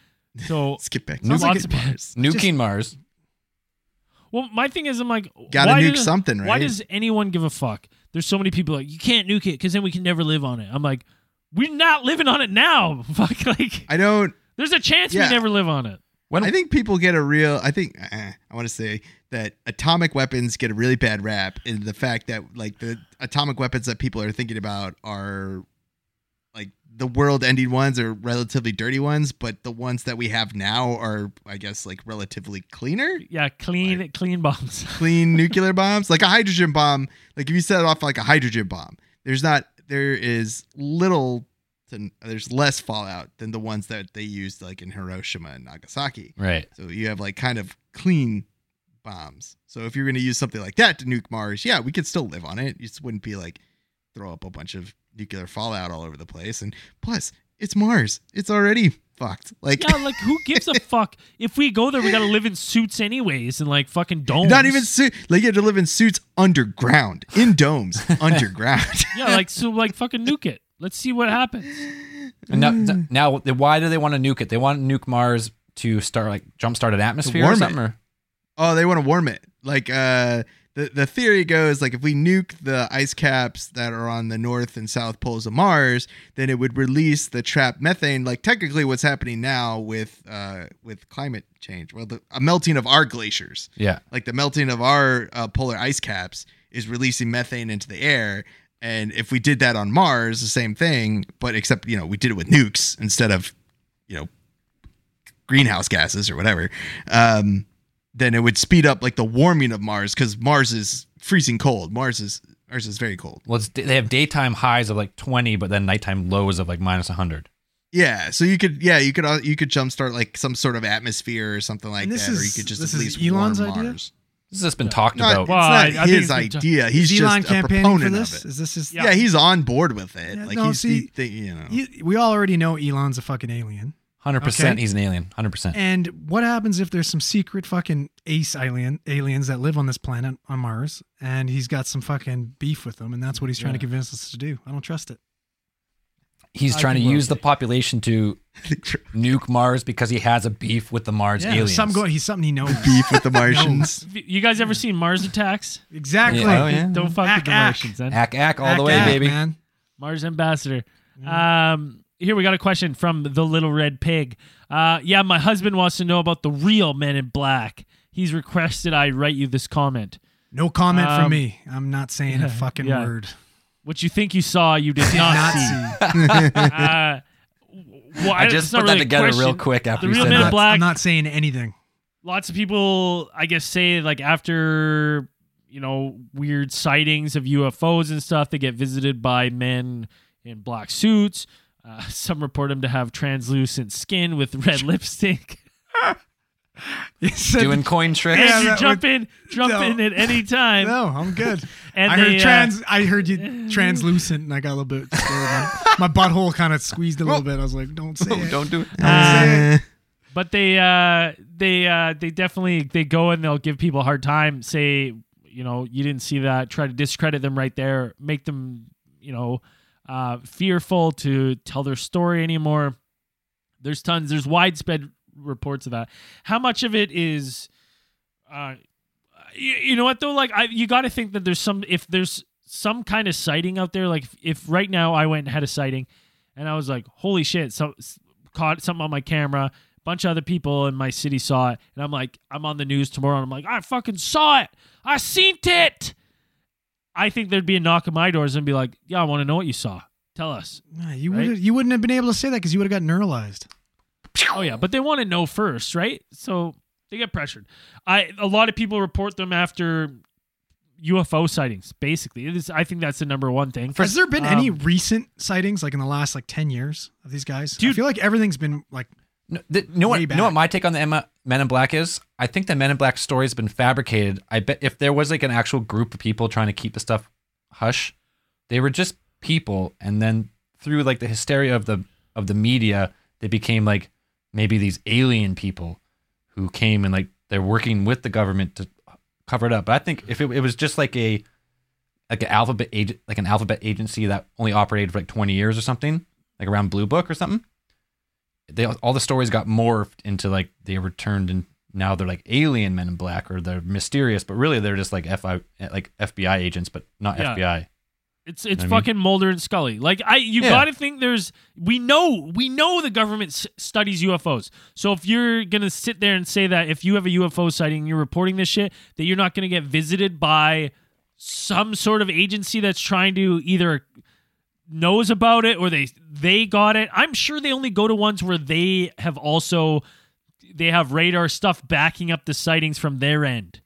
So Skip back. Sounds like it- Lots of bars. Nuking Just- Mars. Well, my thing is, I'm like, Gotta why nuke does- something, Why right? does anyone give a fuck? There's so many people like, you can't nuke it because then we can never live on it. I'm like, we're not living on it now. Fuck, like, I don't. there's a chance Yeah. we never live on it. When I think people get a real. I think uh, I want to say that atomic weapons get a really bad rap in the fact that like the atomic weapons that people are thinking about are like the world-ending ones are relatively dirty ones, but the ones that we have now are, I guess, like relatively cleaner. Yeah, clean, clean bombs. clean nuclear bombs like a hydrogen bomb like if you set it off like a hydrogen bomb there's not there is little to, there's less fallout than the ones that they used like in hiroshima and nagasaki right. so you have like kind of clean bombs so if you're going to use something like that to nuke mars yeah we could still live on it you just wouldn't be like throw up a bunch of nuclear fallout all over the place and plus it's mars it's already fucked like yeah, like who gives a fuck? If we go there, we gotta live in suits anyways, and like fucking domes. Not even suit. Like you have to live in suits underground, in domes, underground. Yeah, like so, like fucking nuke it. Let's see what happens. And now, now, th- why do they want to nuke it? They want to nuke Mars to start like jumpstart an atmosphere warm or it. something. Or, oh, they want to warm it. Like uh, the the theory goes, like if we nuke the ice caps that are on the north and south poles of Mars, then it would release the trapped methane. Like technically, what's happening now with uh with climate change, well, the a melting of our glaciers. yeah. like the melting of our uh, polar ice caps is releasing methane into the air and if we did that on mars the same thing but except you know we did it with nukes instead of you know greenhouse gases or whatever um then it would speed up like the warming of mars because mars is freezing cold mars is mars is very cold Well, it's, they have daytime highs of like 20, but then nighttime lows of like minus 100. yeah so you could yeah you could uh, you could jumpstart like some sort of atmosphere or something like And this that or is- you could just this at is least Elon's warm idea? mars This has been talked No, about. it's Well, I- I not think his it's been ta- idea he's Is Elon just a campaigning for proponent this? of it Is this his? Yeah. Yeah, he's on board with it. Yeah, like no, he's see, he thi- you know. You- we already know Elon's a fucking alien. 100% Okay. he's an alien. 100%. And what happens if there's some secret fucking ace alien aliens that live on this planet on Mars, and he's got some fucking beef with them, and that's what he's trying to Yeah. convince us to do? I don't trust it. he's I trying to think we're use the okay. population to nuke Mars because he has a beef with the Mars aliens. Some go, he's something he knows. beef with the Martians. You guys ever seen Mars Attacks? exactly. Yeah. Oh, yeah. Don't fuck Ack, with the ack. Martians, then. ack ack all the Ack, way, ack, baby. Man. Mars ambassador. Mm-hmm. Um, here we got a question from the little red pig. Uh, yeah, my husband wants to know about the real Men in Black. He's requested I write you this comment. No comment Um, from me. I'm not saying a fucking yeah. word. What you think you saw, you did not, see. Nazi. Uh, well, I just it's not put that really a together real question. quick after The you real said men in that. black- I'm not saying anything. Lots of people, I guess, say like after you know weird sightings of UFOs and stuff, they get visited by men in black suits. Uh, some report them to have translucent skin with red lipstick. It said- Doing coin tricks. Yeah, and you that jump would- in, jump no. in at any time. no, I'm good. And I they, heard uh, trans. I heard you translucent, and I got a little bit scared. my, my butthole kind of squeezed a little bit. I was like, "Don't say it." Don't do it. Uh, But they, uh, they, uh, they definitely they go and they'll give people a hard time. Say, you know, you didn't see that. Try to discredit them right there. Make them, you know, uh, fearful to tell their story anymore. There's tons. There's widespread reports of that. How much of it is, uh, you, you know what though? Like, I you got to think that there's some if there's some kind of sighting out there. Like, if, if right now I went and had a sighting, and I was like, holy shit, so s- caught something on my camera. Bunch of other people in my city saw it, and I'm like, I'm on the news tomorrow, and I'm like, I fucking saw it. I seen it. I think there'd be a knock at my doors and be like, Yeah, I want to know what you saw. Tell us. Nah, you Right? would you wouldn't have been able to say that because you would have got neuralized. Oh yeah, but they want to know first, right? So they get pressured. I a lot of people report them after UFO sightings. Basically, it is, I think that's the number one thing. Has there been any Um, recent sightings like in the last like ten years of these guys? I Dude- feel like everything's been like No, th- you know what? Way You know what back. my take on the Emma, Men in Black is? I think the Men in Black story has been fabricated. I bet if there was like an actual group of people trying to keep the stuff hush, they were just people, and then through like the hysteria of the of the media, they became like maybe these alien people who came and like they're working with the government to cover it up. But I think if it, it was just like a like an alphabet agent, like an alphabet agency that only operated for like 20 years or something, like around Blue Book or something. They all the stories got morphed into like they were turned and now they're like alien Men in Black or they're mysterious, but really they're just like FI like FBI agents, but not Yeah. FBI. It's it's I mean- fucking Mulder and Scully. Like I, you Yeah. got to think there's we know we know the government s- studies UFOs. So if you're gonna sit there and say that if you have a UFO sighting, and you're reporting this shit that you're not gonna get visited by some sort of agency that's trying to either knows about it or they they got it. I'm sure they only go to ones where they have also they have radar stuff backing up the sightings from their end.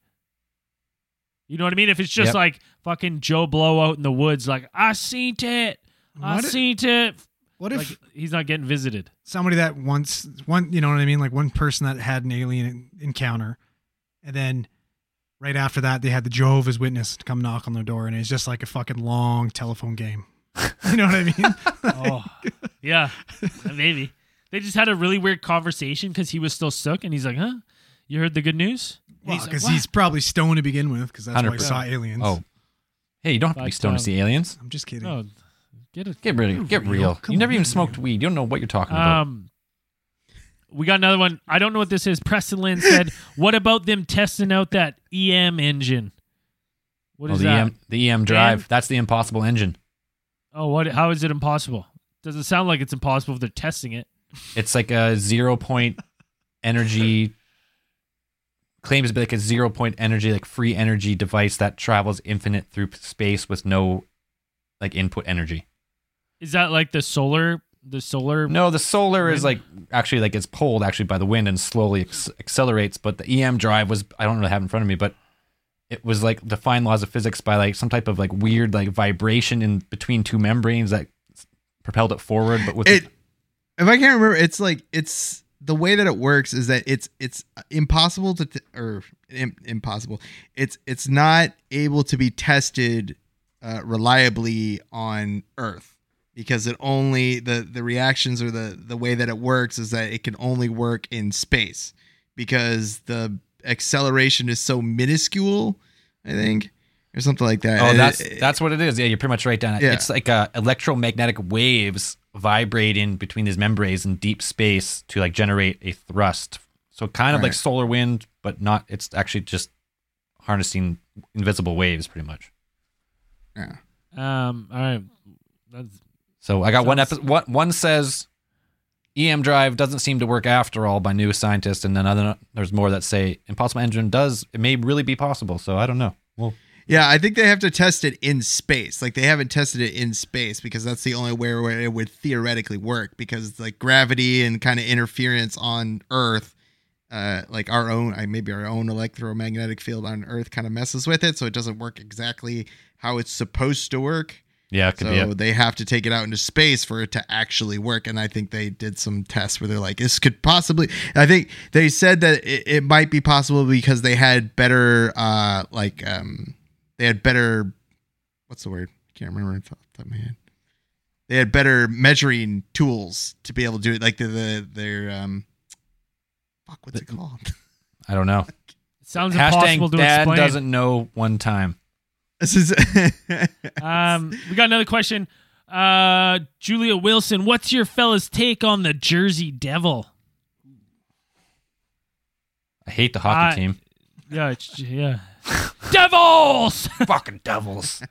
You know what I mean? If it's just Yep. like fucking Joe Blow out in the woods, like I seen it, I What if- seen it. what if Like he's not getting visited. somebody that once one you know what I mean like one person that had an alien encounter, and then right after that they had the Jehovah's witness to come knock on their door, and it's just like a fucking long telephone game. you know what I mean? Oh, yeah, maybe they just had a really weird conversation because he was still sick, and he's like, "Huh, you heard the good news?" And Because like, he's, "What?" probably stoned to begin with, because that's why he 100%. saw aliens. Oh, hey, you don't have to be But, stoned um, to see aliens. I'm just kidding. no, get it. Get real, get real. real. Come You never on, even get smoked weed. You don't know what you're talking about. Um, we got another one. I don't know what this is. Preston Lynn said, "What about them testing out that EM engine? What Oh, is the that? EM, the EM drive. And- That's the impossible engine. Oh, what? How is it impossible? Doesn't sound like it's impossible if they're testing it. It's like a zero point energy claims to be like a zero point energy, like free energy device that travels infinite through space with no like input energy. Is that like the solar? The solar? No, the solar is like Wind. actually like it's pulled actually by the wind and slowly acc- accelerates. But the EM drive was I don't really have it in front of me, but it was like defined laws of physics by like some type of like weird like vibration in between two membranes that propelled it forward, but with It, if I can't remember, it's like it's the way that it works is that it's it's impossible to t- or im- impossible. It's it's not able to be tested uh, reliably on Earth because it only the the reactions or the the way that it works is that it can only work in space because the acceleration is so minuscule. I think or something like that. Oh, It- that's it- that's what it is. Yeah, you're pretty much right, Dan. Yeah. It's like uh, electromagnetic waves vibrating between these membranes in deep space to like generate a thrust. So kind of like Right. solar wind, but not. It's actually just harnessing invisible waves, pretty much. yeah. Um. All right. That's, So I got one Sounds- episode. One, one says EM drive doesn't seem to work after all by new scientists, and then other there's more that say impossible engine does. It may really be possible. So I don't know. Well, Yeah, I think they have to test it in space. Like they haven't tested it in space because that's the only way where it would theoretically work because like gravity and kind of interference on Earth, uh, like our own, I maybe our own electromagnetic field on Earth kind of messes with it, so it doesn't work exactly how it's supposed to work. yeah, it could So be. it. they have to take it out into space for it to actually work. And I think they did some tests where they're like, this could possibly. I think they said that it, it might be possible because they had better, uh, like, um, they had better, what's the word? I can't remember off the top of my head. They had better measuring tools to be able to do it. Like the, the their, um, fuck, what's it called? I don't know. it sounds impossible Hashtag to Dad explain. doesn't know one time. this is. Um, we got another question. Uh, Julia Wilson, what's your fella's take on the Jersey Devil? I hate the hockey I- team. Yeah, it's, yeah. Devils! Fucking devils.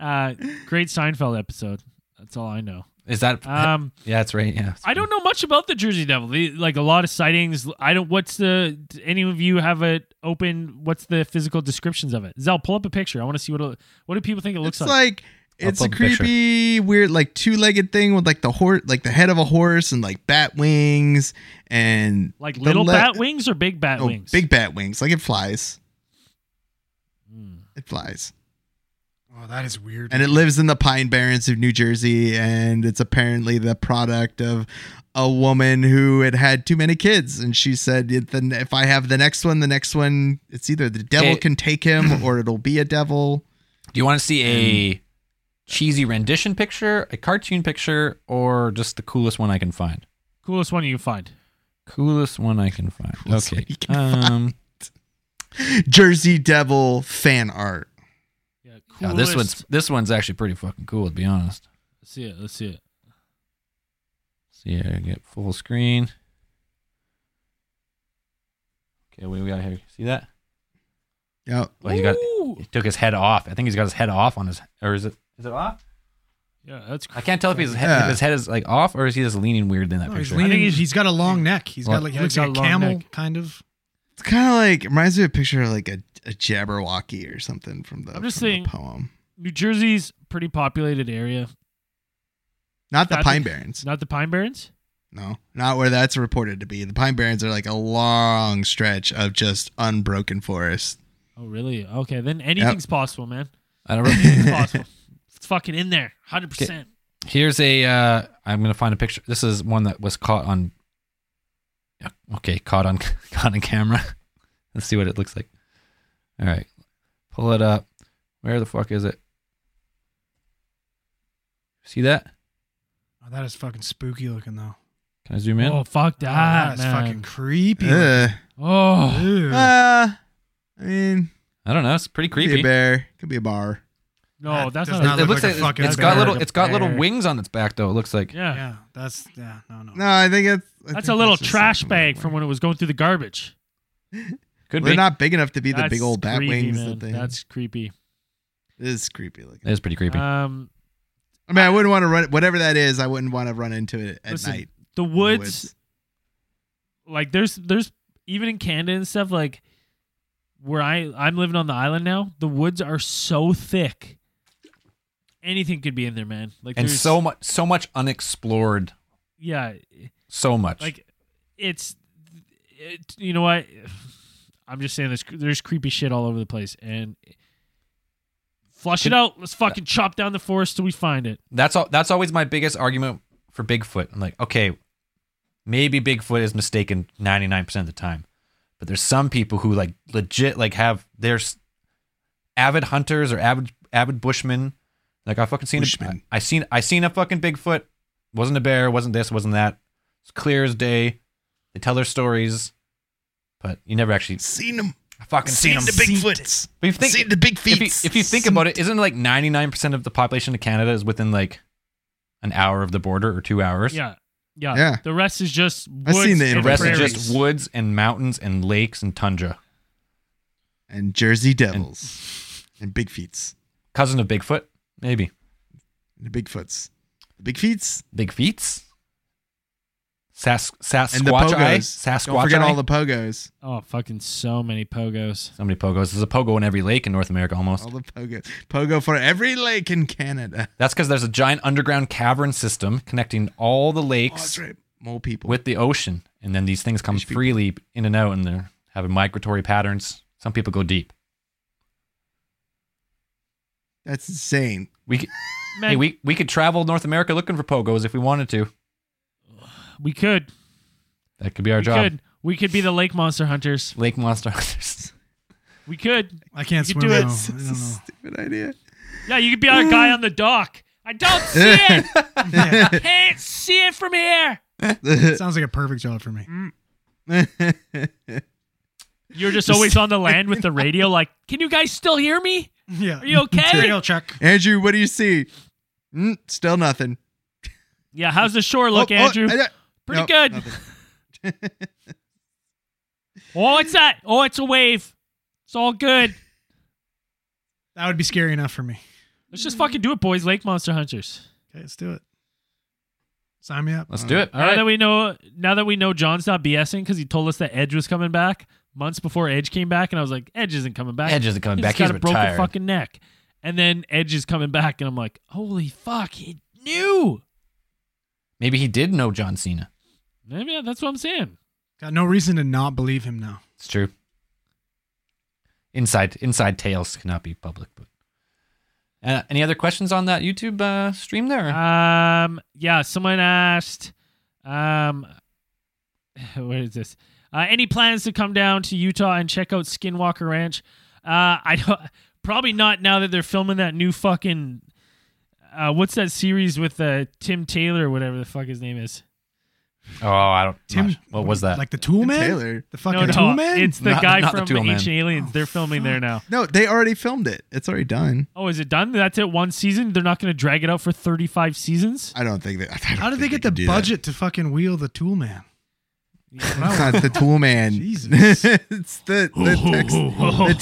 Uh, great Seinfeld episode. That's all I know. Is that? Um, yeah, that's right. Yeah. I don't know much about the Jersey Devil. They, like a lot of sightings. I don't. What's the? do Any of you have it open? What's the physical descriptions of it? Zell, pull up a picture. I want to see what. It, what do people think it looks it's like, I'll it's pull a up a picture. creepy, weird, like two-legged thing with like the horse, like the head of a horse, and like bat wings, and Like the little le- bat wings or big bat no, wings? big bat wings. Like it flies. Hmm. It flies, Oh, that is weird. and it lives in the Pine Barrens of New Jersey, and it's apparently the product of a woman who had had too many kids, and she said, "If the- "If I have the next one, the next one, it's either the devil Okay. can take him, or it'll be a devil." Do you want to see Um, a cheesy rendition picture, a cartoon picture, or just the coolest one I can find? Coolest one you can find. Coolest one I can find. Coolest one okay. you can um, Jersey Devil fan art. Yeah, coolest. yeah, this one's this one's actually pretty fucking cool. To be honest. Let's see it. Let's see it. See, I get full screen. Okay, wait, we got here. See that? Yep. Well, he got Ooh. he took his head off. I think he's got his head off on his, or is it? Is it off? Yeah, that's. I can't tell if his head, Yeah. if his head is like off or is he just leaning weird in that No, he's picture. I leaning. think he's- he's got a long neck. He's Well, got like he yeah, looks he's like got a a long camel, neck. kind of. It's kind of like reminds me of a picture of like a, a Jabberwocky or something from the, I'm just from the saying- poem. New Jersey's pretty populated area. Not the That'd Pine be- Barrens. Not the Pine Barrens. No, not where that's reported to be. The Pine Barrens are like a long stretch of just unbroken forest. Oh, really? Okay, then anything's possible, man. I don't really, Anything's possible. It's fucking in there, hundred percent. Here's a. Uh, I'm gonna find a picture. This is one that was caught on. Yeah, Okay, caught on caught on camera. Let's see what it looks like. All right, pull it up. Where the fuck is it? See that? Oh, that is fucking spooky looking though. Can I zoom in? Oh fuck Oh, that, that is man. fucking creepy. Ugh. Oh, Ew. Uh, Eh. I mean, I don't know. It's pretty could be creepy. a bear, could be a bar. no, That that's does not. not a- It look looks like like, a it's- fucking it's got bear. little. It's got little Bear. wings on its back though. It looks like. yeah. yeah, that's yeah, no, no. No, I think it's I think that's a little just trash something bag that from we're- when it was going through the garbage. Could They're be. not big enough to be the That's big old bat creepy, wings man. that they. That's creepy. it is creepy looking. It is pretty Uh, creepy. Um, I mean, I wouldn't want to run whatever that is. I wouldn't want to run into it at Listen, night. the in the woods, like there's there's even in Canada and stuff like where I I'm living on the island now. The woods are so thick. Anything could be in there, man. Like and there's- so much, so much unexplored. yeah, So much. like it's it, you know what i'm just saying there's, there's creepy shit all over the place and flush it out let's fucking chop down the forest till we find it that's all that's always my biggest argument for Bigfoot. I'm like, okay, maybe Bigfoot is mistaken 99% of the time. But there's some people who like legit like have their s- avid hunters or avid avid bushmen. Like I fucking seen Bushmen. a, I, I seen I seen a fucking Bigfoot. Wasn't a bear, wasn't this, wasn't that. It's clear as day. They tell their stories, but you never actually Seen them. I fucking seen, them. Bigfoots. But if you think- Seen the big if you, feet. if you think about it, isn't it like 99% of the population of Canada is within like an hour of the border or two hours? yeah yeah, Yeah. the rest is just I've woods seen the and The rest is prairies. just woods and mountains and lakes and tundra. and Jersey Devils and, Big Feets. Cousin of Bigfoot, maybe. The Bigfoots. The Big Feets. Big feets. Sas- Sasquatch And the eye. pogos. Sasquatch Don't forget eye. all the pogos. oh fucking so many pogos so many pogos. There's a pogo in every lake in North America almost. All the pogos. Pogo for every lake in Canada. That's because there's a giant underground cavern system connecting all the Oh, that's lakes right. Mole people. with the ocean. And then these things come Fish people. freely in and out and they're having migratory patterns. Some people go deep. that's insane. We c- man hey, we-, we we could travel North America looking for pogos if we wanted to. could That could be our we job. could we could be the lake monster hunters Lake monster hunters. we could I can't You swim. do it. though. It's I don't a know. stupid idea. yeah you could be our guy on the dock i don't see it i can't see it from here Sounds like a perfect job for me. you're just always on the land with the radio like can you guys still hear me Yeah. Are you okay? Trail check. Andrew, what do you see? Mm, still nothing. Yeah, how's the shore look, Oh, oh, Andrew? I- I- Pretty no, good. nothing. Oh, it's that. Oh, it's a wave. It's all good. That would be scary enough for me. Let's just fucking do it, boys. Lake Monster Hunters. Okay, let's do it. Sign me up. Let's do it. All now right. that we know, now that we know John's not BSing because he told us that Edge was coming back months before Edge came back, and I was like, Edge isn't coming back. Edge isn't coming He's back. got He's a broken retired. fucking neck. And then Edge is coming back, and I'm like, holy fuck, he knew. Maybe he did know John Cena. Yeah, that's what I'm saying. Got no reason to not believe him now. It's true. Inside inside tales cannot be public. But uh, any other questions on that YouTube uh, stream there? Um, yeah, someone asked, um, what is this? Uh, any plans to come down to Utah and check out Skinwalker Ranch? Uh, I don't, probably not now that they're filming that new fucking, uh, what's that series with uh, Tim Taylor or whatever the fuck his name is? oh, I don't. Tim, Tim, what was that? Like the Tool Man? Taylor. The fucking no, no, Tool Man? it's the Not- guy not the from Tool Man. Oh, Ancient Aliens. They're filming there now. No, they already filmed it. It's already done. Oh, is it done? That's it. One season. They're not going to drag it out for thirty-five seasons. I don't think that. I don't How did they think get can the do that. budget to fucking wheel the Tool Man? It's not the tool man. Jesus. it's the the, Tex- the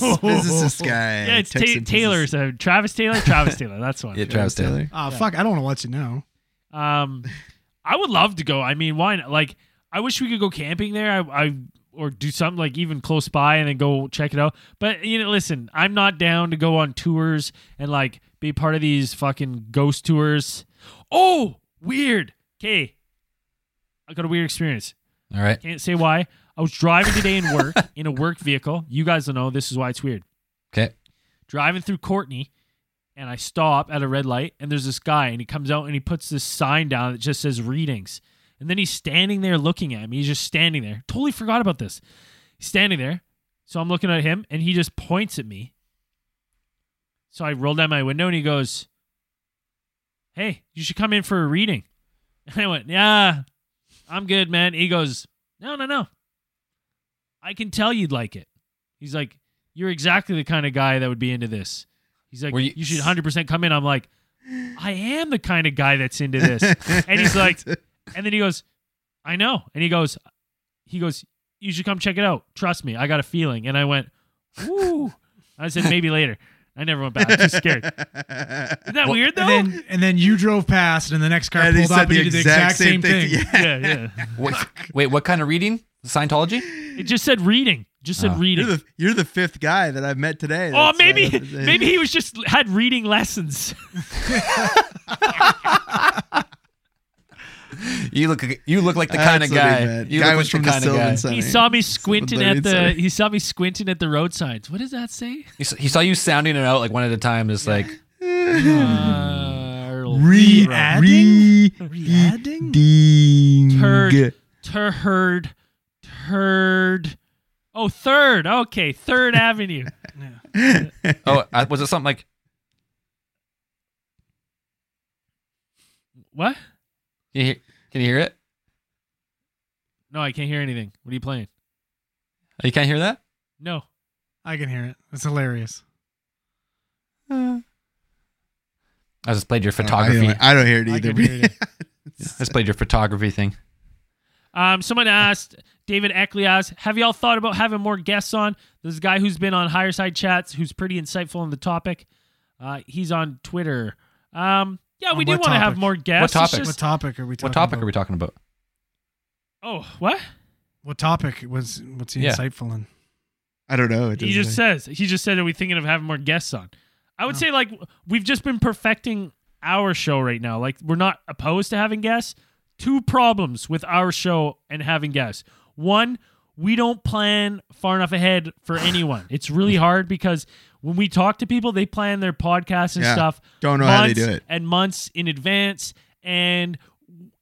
Texas physicist guy. Yeah, it's ta- Texan Taylor. physicist- So Travis Taylor. Travis Taylor. That's one. Yeah, Travis uh, Taylor. Oh, fuck. I don't want to let you know. Um, I would love to go. I mean, why not? Like, I wish we could go camping there. I, I or do something like even close by and then go check it out. But you know, listen, I'm not down to go on tours and like be part of these fucking ghost tours. Oh, weird. Okay, I got a weird experience. All right. Can't say why. I was driving today in work in a work vehicle. You guys will know this is why it's weird Okay. driving through Courtney and I stop at a red light and there's this guy and he comes out and he puts this sign down that just says readings. And then he's standing there looking at me. He's just standing there. Totally forgot about this. He's standing there. So I'm looking at him and he just points at me. So I roll down my window and he goes, Hey, you should come in for a reading. And I went, Yeah, I'm good, man. He goes, No, no, no. I can tell you'd like it. He's like, You're exactly the kind of guy that would be into this. He's like, Were you-, you- should 100% come in. I'm like, I am the kind of guy that's into this. and he's like, And then he goes, I know. And he goes, He goes, You should come check it out. Trust me. I got a feeling. And I went, Ooh. I said, Maybe later. I never went back. I'm too scared. Isn't that weird though? And then, and then you drove past, and the next car And he pulled said up, and the you did the exact same thing. Yeah. yeah, yeah. What, wait, what kind of reading? Scientology? It just said reading. Just said Oh. reading. You're the you're the fifth guy that I've met today. oh, that's, uh, maybe that's- maybe he was just had reading lessons. You look you look like the That's kind of what he guy. meant. You Guy look was from like the the kind of guy. Sylvan Center. he saw me squinting Something at the inside. he saw me squinting at the road signs. What does that say? He s- He saw you sounding it out like one at a time. Just like Uh, Re Re-adding? Re-adding? Ding. turd turd turd. Oh, third. Okay, Third Avenue. oh, uh, was it something like What? can you hear, can you hear it? No, I can't hear anything. What are you playing? Oh, You can't hear that. No. I can hear it. It's hilarious. Hmm. I just played your I don't- I don't- photography. I don't hear it I either. can hear it. I just played your photography thing. Um, someone asked David Eckley asked, "Have y'all thought about having more guests on? This guy who's been on Higher Side Chats, who's pretty insightful on the topic. Uh, he's on Twitter. Um, yeah, On we do what want to have topic? more guests. What topic? It's What just- topic are we talking What topic about? are we talking about? oh, what? What topic was what's he Yeah. insightful in? I don't know. It He doesn't- just says he just said, "Are we thinking of having more guests on?" I would Oh. say like we've just been perfecting our show right now. Like we're not opposed to having guests. Two problems with our show and having guests. One, we don't plan far enough ahead for anyone. it's really hard because when we talk to people, they plan their podcasts and Yeah. stuff. Don't know how they months do it. And months in advance. And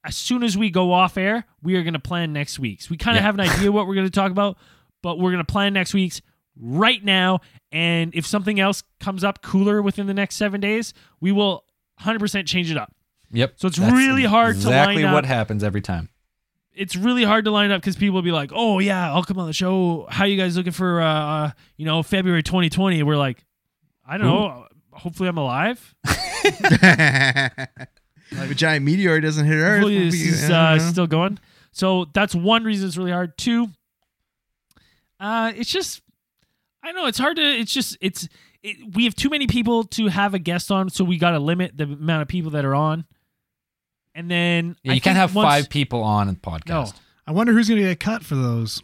as soon as we go off air, we are going to plan next week's. We kind of Yeah. have an idea what we're going to talk about, but we're going to plan next week's right now. And if something else comes up cooler within the next seven days, we will 100% change it up. Yep. So it's really hard to exactly line what up. happens every time. It's really hard to line up because people will be like, "Oh yeah, I'll come on the show. How you guys looking for uh, uh you know February 2020?" We're like, "I don't know. Hopefully I'm alive." a giant meteor doesn't hit Earth. Hopefully this We- is I uh, don't know. still going. So that's one reason it's really hard. Two, uh, it's just I know it's hard to. It's just it's it, we have too many people to have a guest on, so we got to limit the amount of people that are on. And then Yeah, I you can't think have once- five people on a No, podcast. I wonder who's going to get cut for those.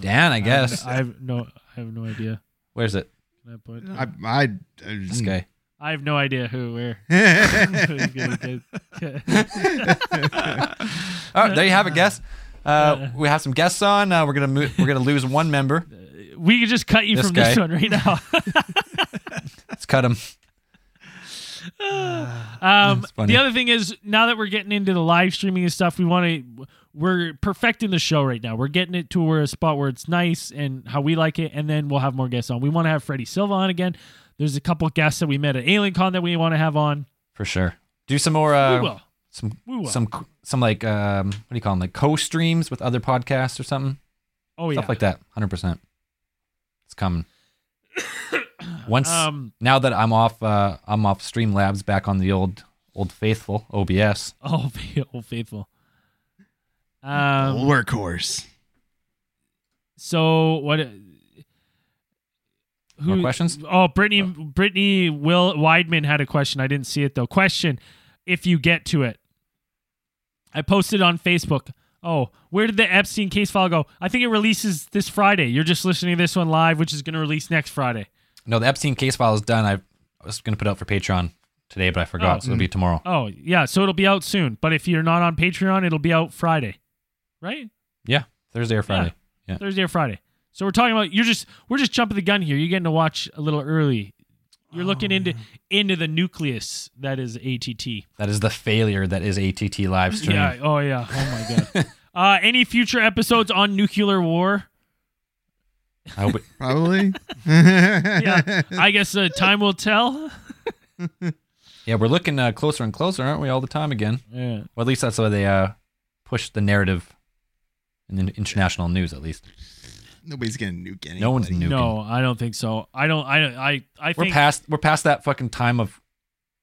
Dan, I guess. Mm. I have no. I have no idea. Where's it? At that point. I, I, Mm. This guy. I have no idea who where. who's gonna get- All right, there you have it, guests. Uh, we have some guests on. Uh, we're gonna mo- we're gonna lose one member. we could just cut you This from this guy. one right now. Let's cut him. Um, That's funny. the other thing is now that we're getting into the live streaming and stuff, we want to we're perfecting the show right now. We're getting it to where a spot where it's nice and how we like it, and then we'll have more guests on. We want to have Freddie Silva on again. There's a couple of guests that we met at AlienCon that we want to have on. for sure. Do some more We uh, will. some We will. some some like um, what do you call them? Like co-streams with other podcasts or something. oh yeah. Stuff like that. 100%. It's coming. Once Um. now that I'm off uh, I'm off Streamlabs back on the old old faithful OBS. Oh, old faithful. Um. workhorse. So what? uh, More questions? Oh, Brittany, Brittany Will Weidman had a question. I didn't see it though. Question: If you get to it, I posted on Facebook. Oh, where did the Epstein case file go? I think it releases this Friday. You're just listening to this one live, which is going to release next Friday. No, the Epstein case file is done. I I was going to put it out for Patreon today, but I forgot, Oh. so it'll be tomorrow. Oh, yeah. So it'll be out soon. But if you're not on Patreon, it'll be out Friday, right? Yeah, Thursday or Friday. Yeah. Thursday or Friday. So we're talking about you're just we're just jumping the gun here. You're getting to watch a little early. You're looking into into the nucleus that is ATT. That is the failure that is ATT live stream. Yeah. Oh yeah. Oh my god. uh, any future episodes on nuclear war? I hope it, Probably. Yeah. I guess uh, time will tell. yeah, we're looking uh, closer and closer, aren't we, all the time again? Yeah. Well, at least that's why they uh, push the narrative in the international news, at least. Nobody's gonna nuke anybody. No one's nuking. No, I don't think so. I don't. I. I. I We're think. past we're past that fucking time of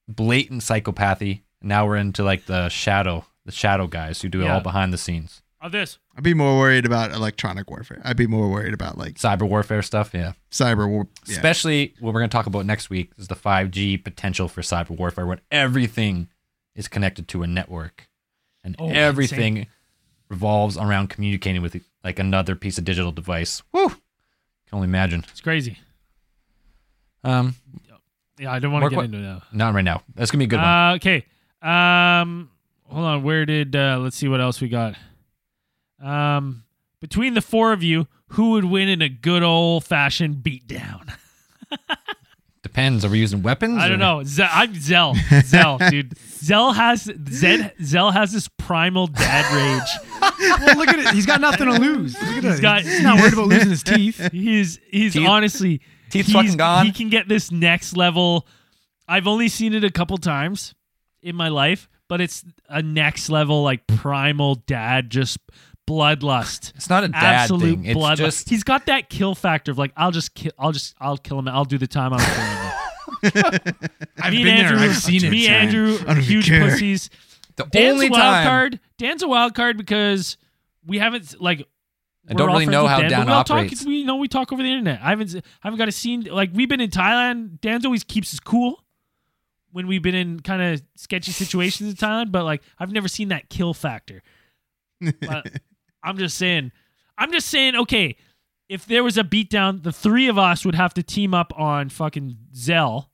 blatant psychopathy. Now we're into like the shadow, the shadow guys who do it Yeah. all behind the scenes, of this. I'd be more worried about electronic warfare. I'd be more worried about like cyber warfare stuff. Yeah, cyber war. Yeah. especially what we're gonna talk about next week is the five G potential for cyber warfare when everything is connected to a network and Oh, insane. everything revolves around communicating with like another piece of digital device. Woo! Can only imagine. It's crazy. Um, Yeah. I don't want to More get que- into that. Not right now. That's gonna be a good one. Uh, okay. Um, hold on. Where did? Uh, let's see what else we got. Um, between the four of you, who would win in a good old fashioned beatdown? Depends. Are we using weapons? I don't or- know. Z- I'm Zell. Zell, dude. Zell has Zed. Zell has this primal dad rage. Well, look at it. He's got nothing to lose. Look at it. got- he's not worried about losing his teeth. He's he's Teeth- honestly teeth he's- fucking gone. He can get this next level. I've only seen it a couple times in my life, but it's a next level like primal dad just bloodlust. It's not a dad absolute thing. It's blood. just He's got that kill factor of like, I'll just kill, I'll just, I'll kill him. I'll do the time. I'll kill him. I've Me been and Andrew, there. I've seen it. Me, Time. Andrew, I don't even huge care. pussies. the Dan's only a wild time. card. Dan's a wild card because we haven't like. I we're don't all really friends know with how Dan, but Dan we all talk- operates. we know we talk over the internet. I haven't, I haven't got a scene like we've been in Thailand. Dan's always keeps us cool when we've been in kind of sketchy situations in Thailand, but like I've never seen that kill factor. But I'm just saying, I'm just saying, okay, if there was a beatdown, the three of us would have to team up on fucking Zell.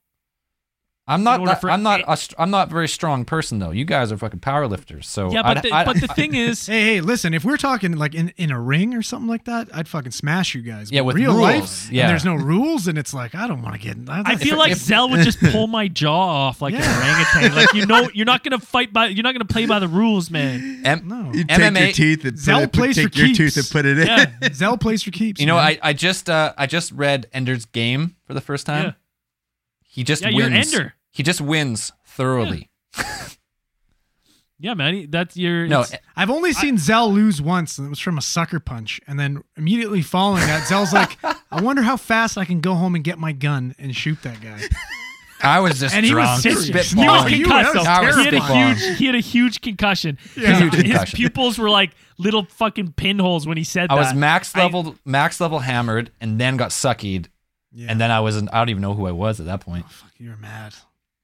I'm in not. order that- for I'm not. it- A, str- I'm not a very strong person though. You guys are fucking power lifters. So Yeah, but Oh, I'd- the, I'd- but the I- thing is, Hey, hey, listen, if we're talking like in, in a ring or something like that, I'd fucking smash you guys. Yeah, But with real rules, life, and yeah. there's no rules, and it's like, I don't want to get. I feel like if- Zell would just pull my jaw off like Yeah. an orangutan. Like you know, you're not gonna fight by, you're not gonna play by the rules, man. em- No. You take MMA your teeth and Zell put it, put, plays take for your keeps. tooth and put it in. Yeah. Zell plays for keeps. You know, man. I, I just uh, I just read Ender's Game for the first time. Yeah. He just Yeah, you're wins. Ender. He just wins thoroughly. Yeah, man, that's your No, it's- I've only seen Zell lose once, and it was from a sucker punch. And then immediately following that, Zell's like, I wonder how fast I can go home and get my gun and shoot that guy. I was just And he was drunk. serious. He was Oh, you- concussed. that was though. He had a terrifying. huge, he had a huge concussion. Yeah. His- Huge His concussion. pupils were like little fucking pinholes when he said I that. was max I- level, max level hammered, and then got suckied, Yeah. Oh, and then I was I don't even know who I was at that point. Fuck, you were mad.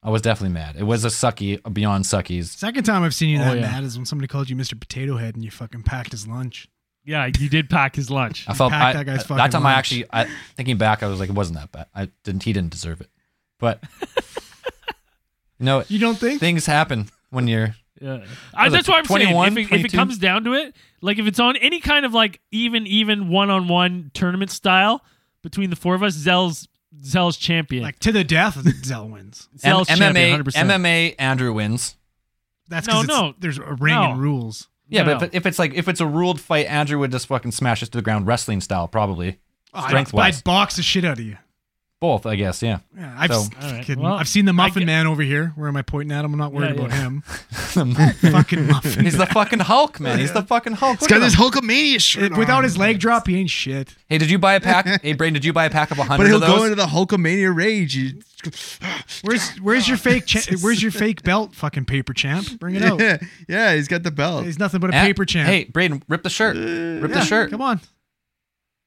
I was definitely mad. It was a sucky beyond suckies. Second time I've seen you that Oh, yeah. mad is when somebody called you Mr. Potato Head and you fucking packed his lunch. yeah, you did pack his lunch. I felt packed I, that guy's that time fucking I lunch. actually I, thinking back, I was like, it wasn't that bad. I didn't. He didn't deserve it. But you know, You don't think? things happen when you're Yeah. I, Was it that's why I'm saying. 21, If it, if it 22? comes down to it, like if it's on any kind of like even even one on one tournament style between the four of us, Zell's Zell's champion. like to the death, Zell wins. M- Zell's champion, MMA. 100%. MMA. Andrew wins. That's No, because no. there's a ring No. and rules. Yeah, No, but if, it- if it's like if it's a ruled fight, Andrew would just fucking smash us to the ground, wrestling style, probably. Oh, I'd- Strength-wise. I'd box the shit out of you. Both, I guess. Yeah, Yeah, I've, So- s- All right, kidding. well, I've seen the Muffin I get- Man over here. Where am I pointing at him? I'm not worried Yeah, about yeah. him. he's fucking Muffin. the fucking Hulk, man. He's the fucking He's Hulk. Look got at this him. Hulkamania shirt. If- without on. his leg drop, he ain't shit. Hey, did you buy a pack? hey, Brain, did you buy a pack of But 100 he'll of those? go into the Hulkamania rage. You- Where's where's your fake cha- where's your fake belt? Fucking paper champ. Bring it out. yeah, yeah, he's got the belt. He's nothing but a Eh, paper champ. Hey, Braden, rip the shirt. Rip Yeah, the shirt. Come on,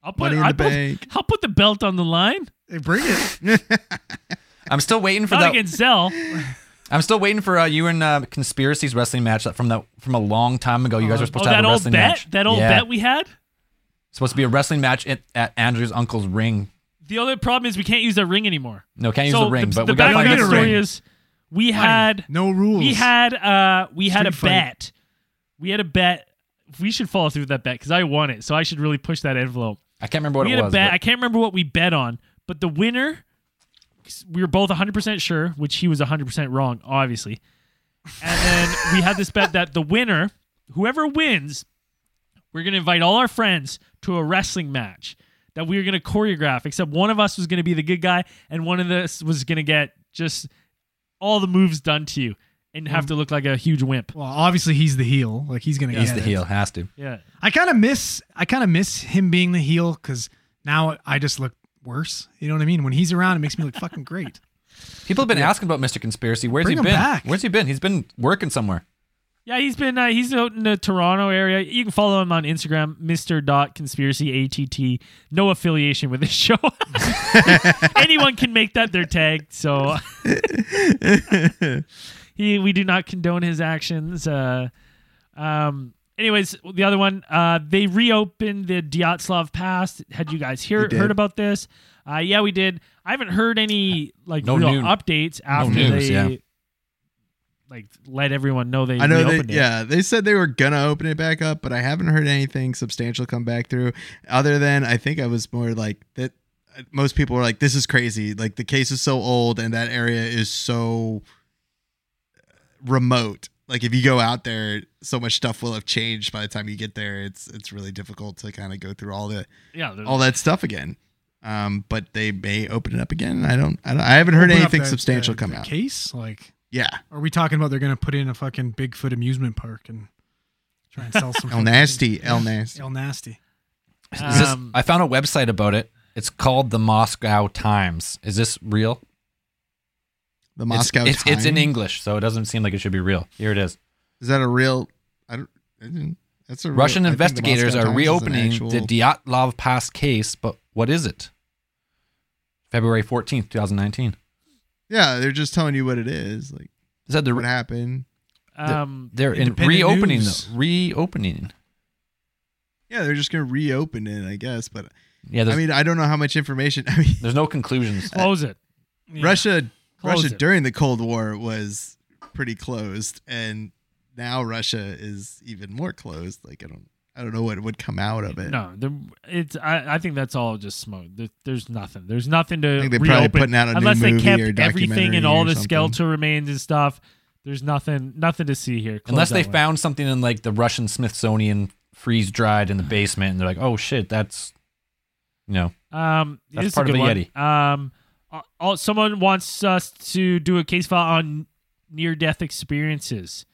I'll put, Money in I'll the put- bank. I'll put the belt on the line. Hey, bring it. I'm still waiting for Not that. against Zell. I'm still waiting for uh, you and uh, conspiracies wrestling match that- from that from a long time ago. You guys were Oh, supposed to have that a old wrestling bet, match. that old Yeah. bet we had. supposed to be a wrestling match at, at Andrew's uncle's ring. The other problem is we can't use that ring anymore. No, can't use so the ring, the, but the we back gotta of the find need this a story ring. is we had No rules. we had uh we had a Street fight. bet we had a bet we should follow through with that bet because i won it so i should really push that envelope I can't remember what we it had was. a bet but- i can't remember what we bet on but the winner 'cause we were both 100% sure which he was 100% wrong obviously and then we had this bet that the winner whoever wins we're going to invite all our friends to a wrestling match that we were going to choreograph except one of us was going to be the good guy and one of us was going to get just all the moves done to you and Mm. have to look like a huge wimp Well, obviously he's the heel. Like he's gonna. He's get the it. heel, has to. yeah I kind of miss. I kind of miss him being the heel because now I just look worse. You know what I mean? When he's around, it makes me look fucking great. People have been asking about Mr. Conspiracy. Where's Bring he him been? back. Where's he been? He's been working somewhere. Yeah, he's been uh, he's out in the Toronto area. You can follow him on Instagram, Mister Dot Conspiracy ATT. No affiliation with this show. Anyone can make that their tag. So he, we do not condone his actions. Uh, um. Anyways, the other one, uh, they reopened the Dyatlov Pass. Had you guys hear, did. heard about this? Uh, yeah, we did. I haven't heard any like No real new- updates after news, they yeah. like let everyone know they I know reopened that. it. Yeah, they said they were gonna open it back up, but I haven't heard anything substantial come back through. Other than I think I was more like that. uh, Most people were like, "This is crazy. Like the case is so old, and that area is so uh, remote. Like if you go out there, so much stuff will have changed by the time you get there. It's it's really difficult to kind of go through all the Yeah, Oh, there's- all that stuff again." Um, but they may open it up again. I don't. I, don't, I haven't heard Open up anything that- substantial that- come that out. Case like, Yeah, are we talking about they're gonna put in a fucking Bigfoot amusement park and try and sell some El Nasty, El Nasty. El nasty. Is this- Um, I found a website about it. It's called the Moscow Times. Is this real? The It's- Moscow. It's, it's in Times. English, so it doesn't seem like it should be real. Here it is. Is that a real? I don't. I didn't, that's a Russian real, I think the investigators Moscow are Times is an reopening actual- the Dyatlov Pass case, but what is it? February 14th, 2019. yeah, they're just telling you what it is, like Is that what the, happened. um, they're in Independent reopening news. the reopening. Yeah, they're just gonna reopen it, I guess. But Yeah, there's, I mean, I don't know how much information. I mean, there's no conclusions. close it. Russia, Close Russia it. during the Cold War was pretty closed, and now Russia is even more closed. Like I don't, I don't know what would come out of it. No, the, it's. I, I think that's all just smoke. There, there's nothing. There's nothing to I think they're probably reopen putting out a new unless they movie kept or everything documentary and all or the something. skeletal remains and stuff. There's nothing. Nothing to see here. Close Unless that they one. found something in like the Russian Smithsonian freeze dried in the basement and they're like, oh shit, that's, you know, Um, That's this is part a of good the one. Yeti. Um, uh, all, someone wants us to do a case file on near-death experiences.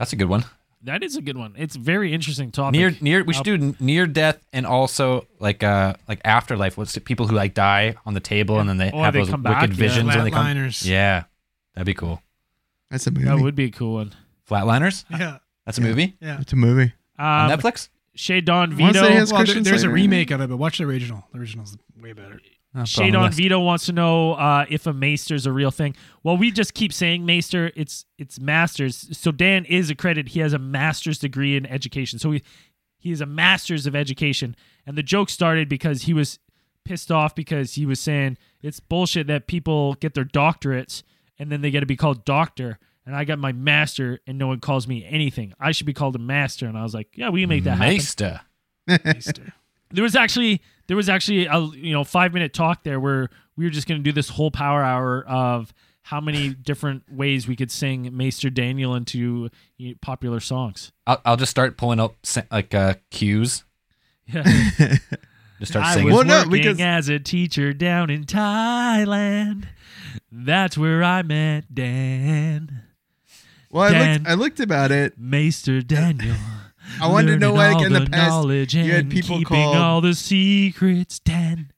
that's a good one. That is a good one. It's a very interesting topic. near near we should do n- near death and also like uh like afterlife what's it- people who like die on the table and then Oh, they Or have they those come wicked back, yeah. visions when they come Flatliners. yeah that'd be cool That's a movie. that would be a cool one. flatliners Yeah. that's a Yeah. movie Yeah. It's a movie. Um, on netflix Shay Don Once Vito. it has- It's Well, there- Christian there's a Slater. remake of it, but watch the original. The original's way better. Oh, it's on Shade the on list. Vito wants to know uh, if a maester's a real thing. Well, we just keep saying maester. It's it's masters. So Dan is accredited. He has a master's degree in education. So he he is a master's of education. And the joke started because he was pissed off because he was saying it's bullshit that people get their doctorates and then they get to be called doctor. And I got my master, and no one calls me anything. I should be called a master. And I was like, yeah, we can make that happen Maester. Easter. there was actually there was actually a you know five minute talk there where we were just going to do this whole power hour of how many different ways we could sing Maester Daniel into you know, popular songs. I'll, I'll just start pulling up se- like uh cues Yeah. just start I singing was Well, no, working because- as a teacher down in Thailand. That's where I met Dan Well, I Dan. looked, I looked about it. Maester Daniel. I wanted to know, Learning like, all in the past, knowledge you had and people keeping called- all the secrets, Dan.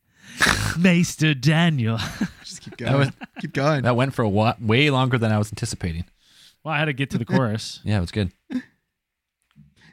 Maester Daniel. Just keep going. keep going. that went for a wa- way longer than I was anticipating Well, I had to get to the chorus. yeah it was good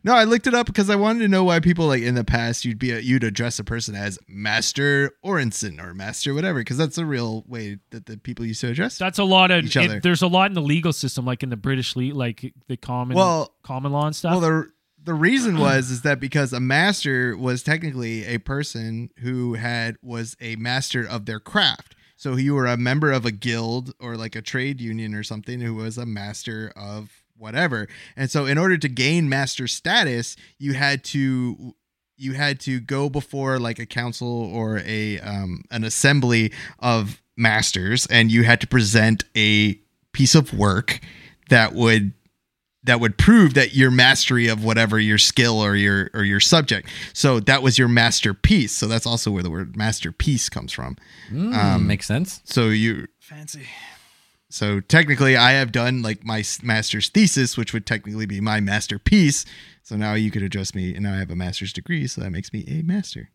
No, I looked it up because I wanted to know why people like in the past you'd be a, you'd address a person as Master Orenson or Master whatever because that's a real way that the people used to address. That's a lot of Each other. It, there's a lot in the legal system, like in the British le like the common Well- common law and stuff. well, the the reason was is that because a master was technically a person who had was a master of their craft. So you were a member of a guild or like a trade union or something who was a master of whatever. And so in order to gain master status, you had to you had to go before like a council or a um, an assembly of masters and you had to present a piece of work that would that would prove that your mastery of whatever your skill or your or your subject. So that was your masterpiece. So that's also where the word masterpiece comes from. Mm, Um, makes sense So you Fancy. so technically I have done like my s- master's thesis which would technically be my masterpiece. So now you could address me and now I have a master's degree so that makes me a master.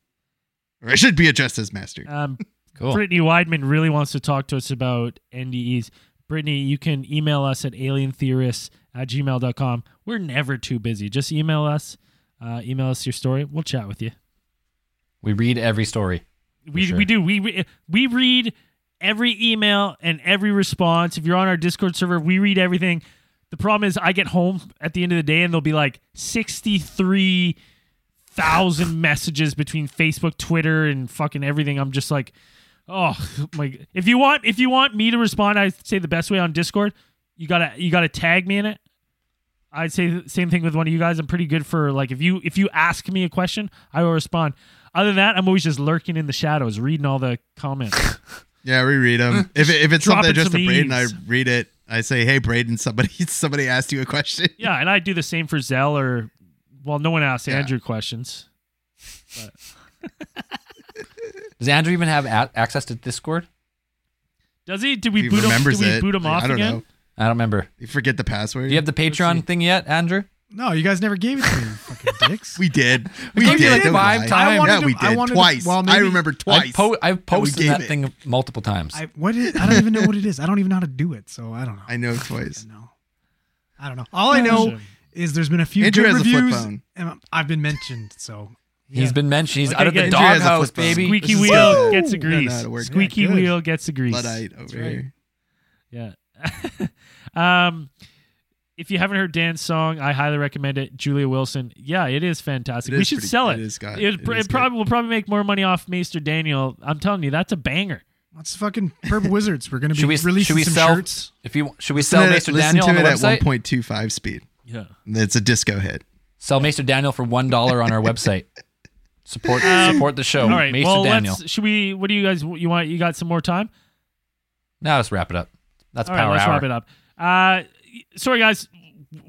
Or I should be addressed as master. um, cool Brittany Weidman really wants to talk to us about NDEs. Brittany, you can email us at alientheorists at gmail.com. We're never too busy. Just email us. Uh, email us your story. We'll chat with you. we read every story We, sure. we do. We, we we read every email and every response. If you're on our Discord server, we read everything. The problem is, I get home at the end of the day and there'll be like 63,000 messages between Facebook, Twitter, and fucking everything. I'm just like, oh my! If you want, if you want me to respond, I say the best way on Discord. You gotta you gotta tag me in it. I'd say the same thing with one of you guys. I'm pretty good for like if you if you ask me a question, I will respond. Other than that, I'm always just lurking in the shadows, reading all the comments. Yeah, reread them. if, it, if it's Drop something it just some to Braden, I eaves. read it. I say, "Hey, Braden, somebody somebody asked you a question." yeah, and I do the same for Zell or well, no one asks Yeah. Andrew questions. does Andrew even have a- access to Discord Does he? Did He we boot him? remembers Did we it. boot him Like, off I don't again? know. I don't remember You forget the password. do you have the see. Patreon thing yet Andrew No, you guys never gave it to me, you fucking dicks. We did. We, gave you did. like don't five lie. times. I wanted Yeah, to- we I did wanted to- twice. well, I maybe- remember I've, twice. po- I've posted gave that it. thing multiple times I what is, I don't even know what it is. I don't even know how to do it, so I don't know. I know twice. No, I don't know. All I know Sure. is there's been a few Andrew good has a flip reviews, phone. and I've been mentioned. So He's Yeah. been mentioned. He's Okay, out of the good. Andrea has a doghouse, flip phone. baby. Squeaky This is wheel good. gets the We don't know grease. how to work. Squeaky Yeah, good. wheel gets the grease. Luddite over right. here. Yeah. um, if you haven't heard Dan's song, I highly recommend it. Julia Wilson. Yeah, it is fantastic. It we is should pretty- sell it. it is good. It, It pr- is it good. probably will probably make more money off Maester Daniel. I'm telling you, that's a banger. what's fucking purple wizards? We're gonna be Should we- releasing should we some sell- shirts. If you should we Listen sell to it- Maester listen Daniel to on the it at website? 1.25 speed. Yeah. It's a disco hit. Sell Maester Daniel for one dollar on our website. Support support the show. Um, All right. Maester well, Oh, Daniel. let's. Should we? What do you guys? You want? You got some more time? Now let's wrap it up. That's All right. power Let's hour. wrap it up. Uh, sorry guys.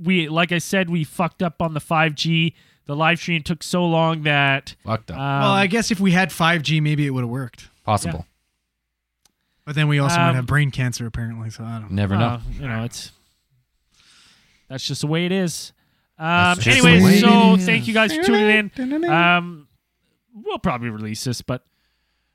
We like I said, we fucked up on the 5G. The live stream took so long that. Fucked up. Um, well, I guess if we had 5G, maybe it would have worked. Possible. But then we also Um, might have brain cancer apparently. So I don't know. Never know. Uh, you know, it's that's just the way it is. Um, That's just the anyway, way so it is. thank you guys for tuning in. Uh, Um, we'll probably release this, but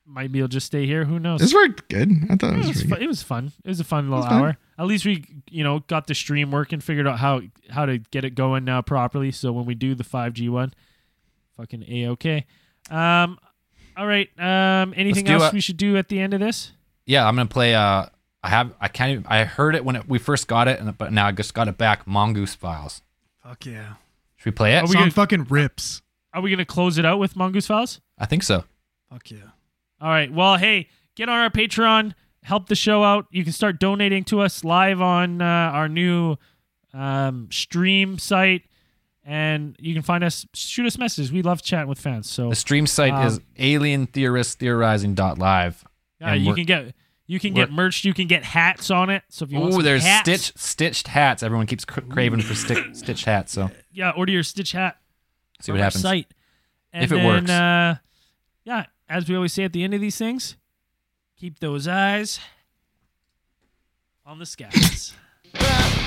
maybe it'll just stay here. Who knows? This worked good. I thought it it was, was pretty fun. good. It was fun. It was a fun little was fun. hour. At least we, you know, got the stream working, figured out how how to get it going now properly. So when we do the five G one, fucking a okay. Um, all right. Um, anything do else a- we should do at the end of this? Yeah, I'm gonna play. Uh, I have. I can't. Even, I heard it when it, we first got it, and but now I just got it back. Mongoose Files. Fuck yeah. Should we play it? Are Song Oh, we gonna- fucking rips. Are we gonna close it out with Mongoose Files? I think so. Fuck yeah. All right. Well, hey, get on our Patreon. Help the show out. You can start donating to us live on uh, our new um, stream site, and you can find us. Shoot us messages. We love chatting with fans. So The stream site Um, is alientheoristtheorizing.live. Yeah, And you we're- can get you can we're- get merch. You can get hats on it. So if you want Ooh, some there's hats, stitch stitched hats. Everyone keeps cr- craving for stick, stitched hats. So yeah, order your Stitch hat. see from what our happens. Site. And If it then, works. uh, yeah, as we always say at the end of these things, keep those eyes on the skies. Bye.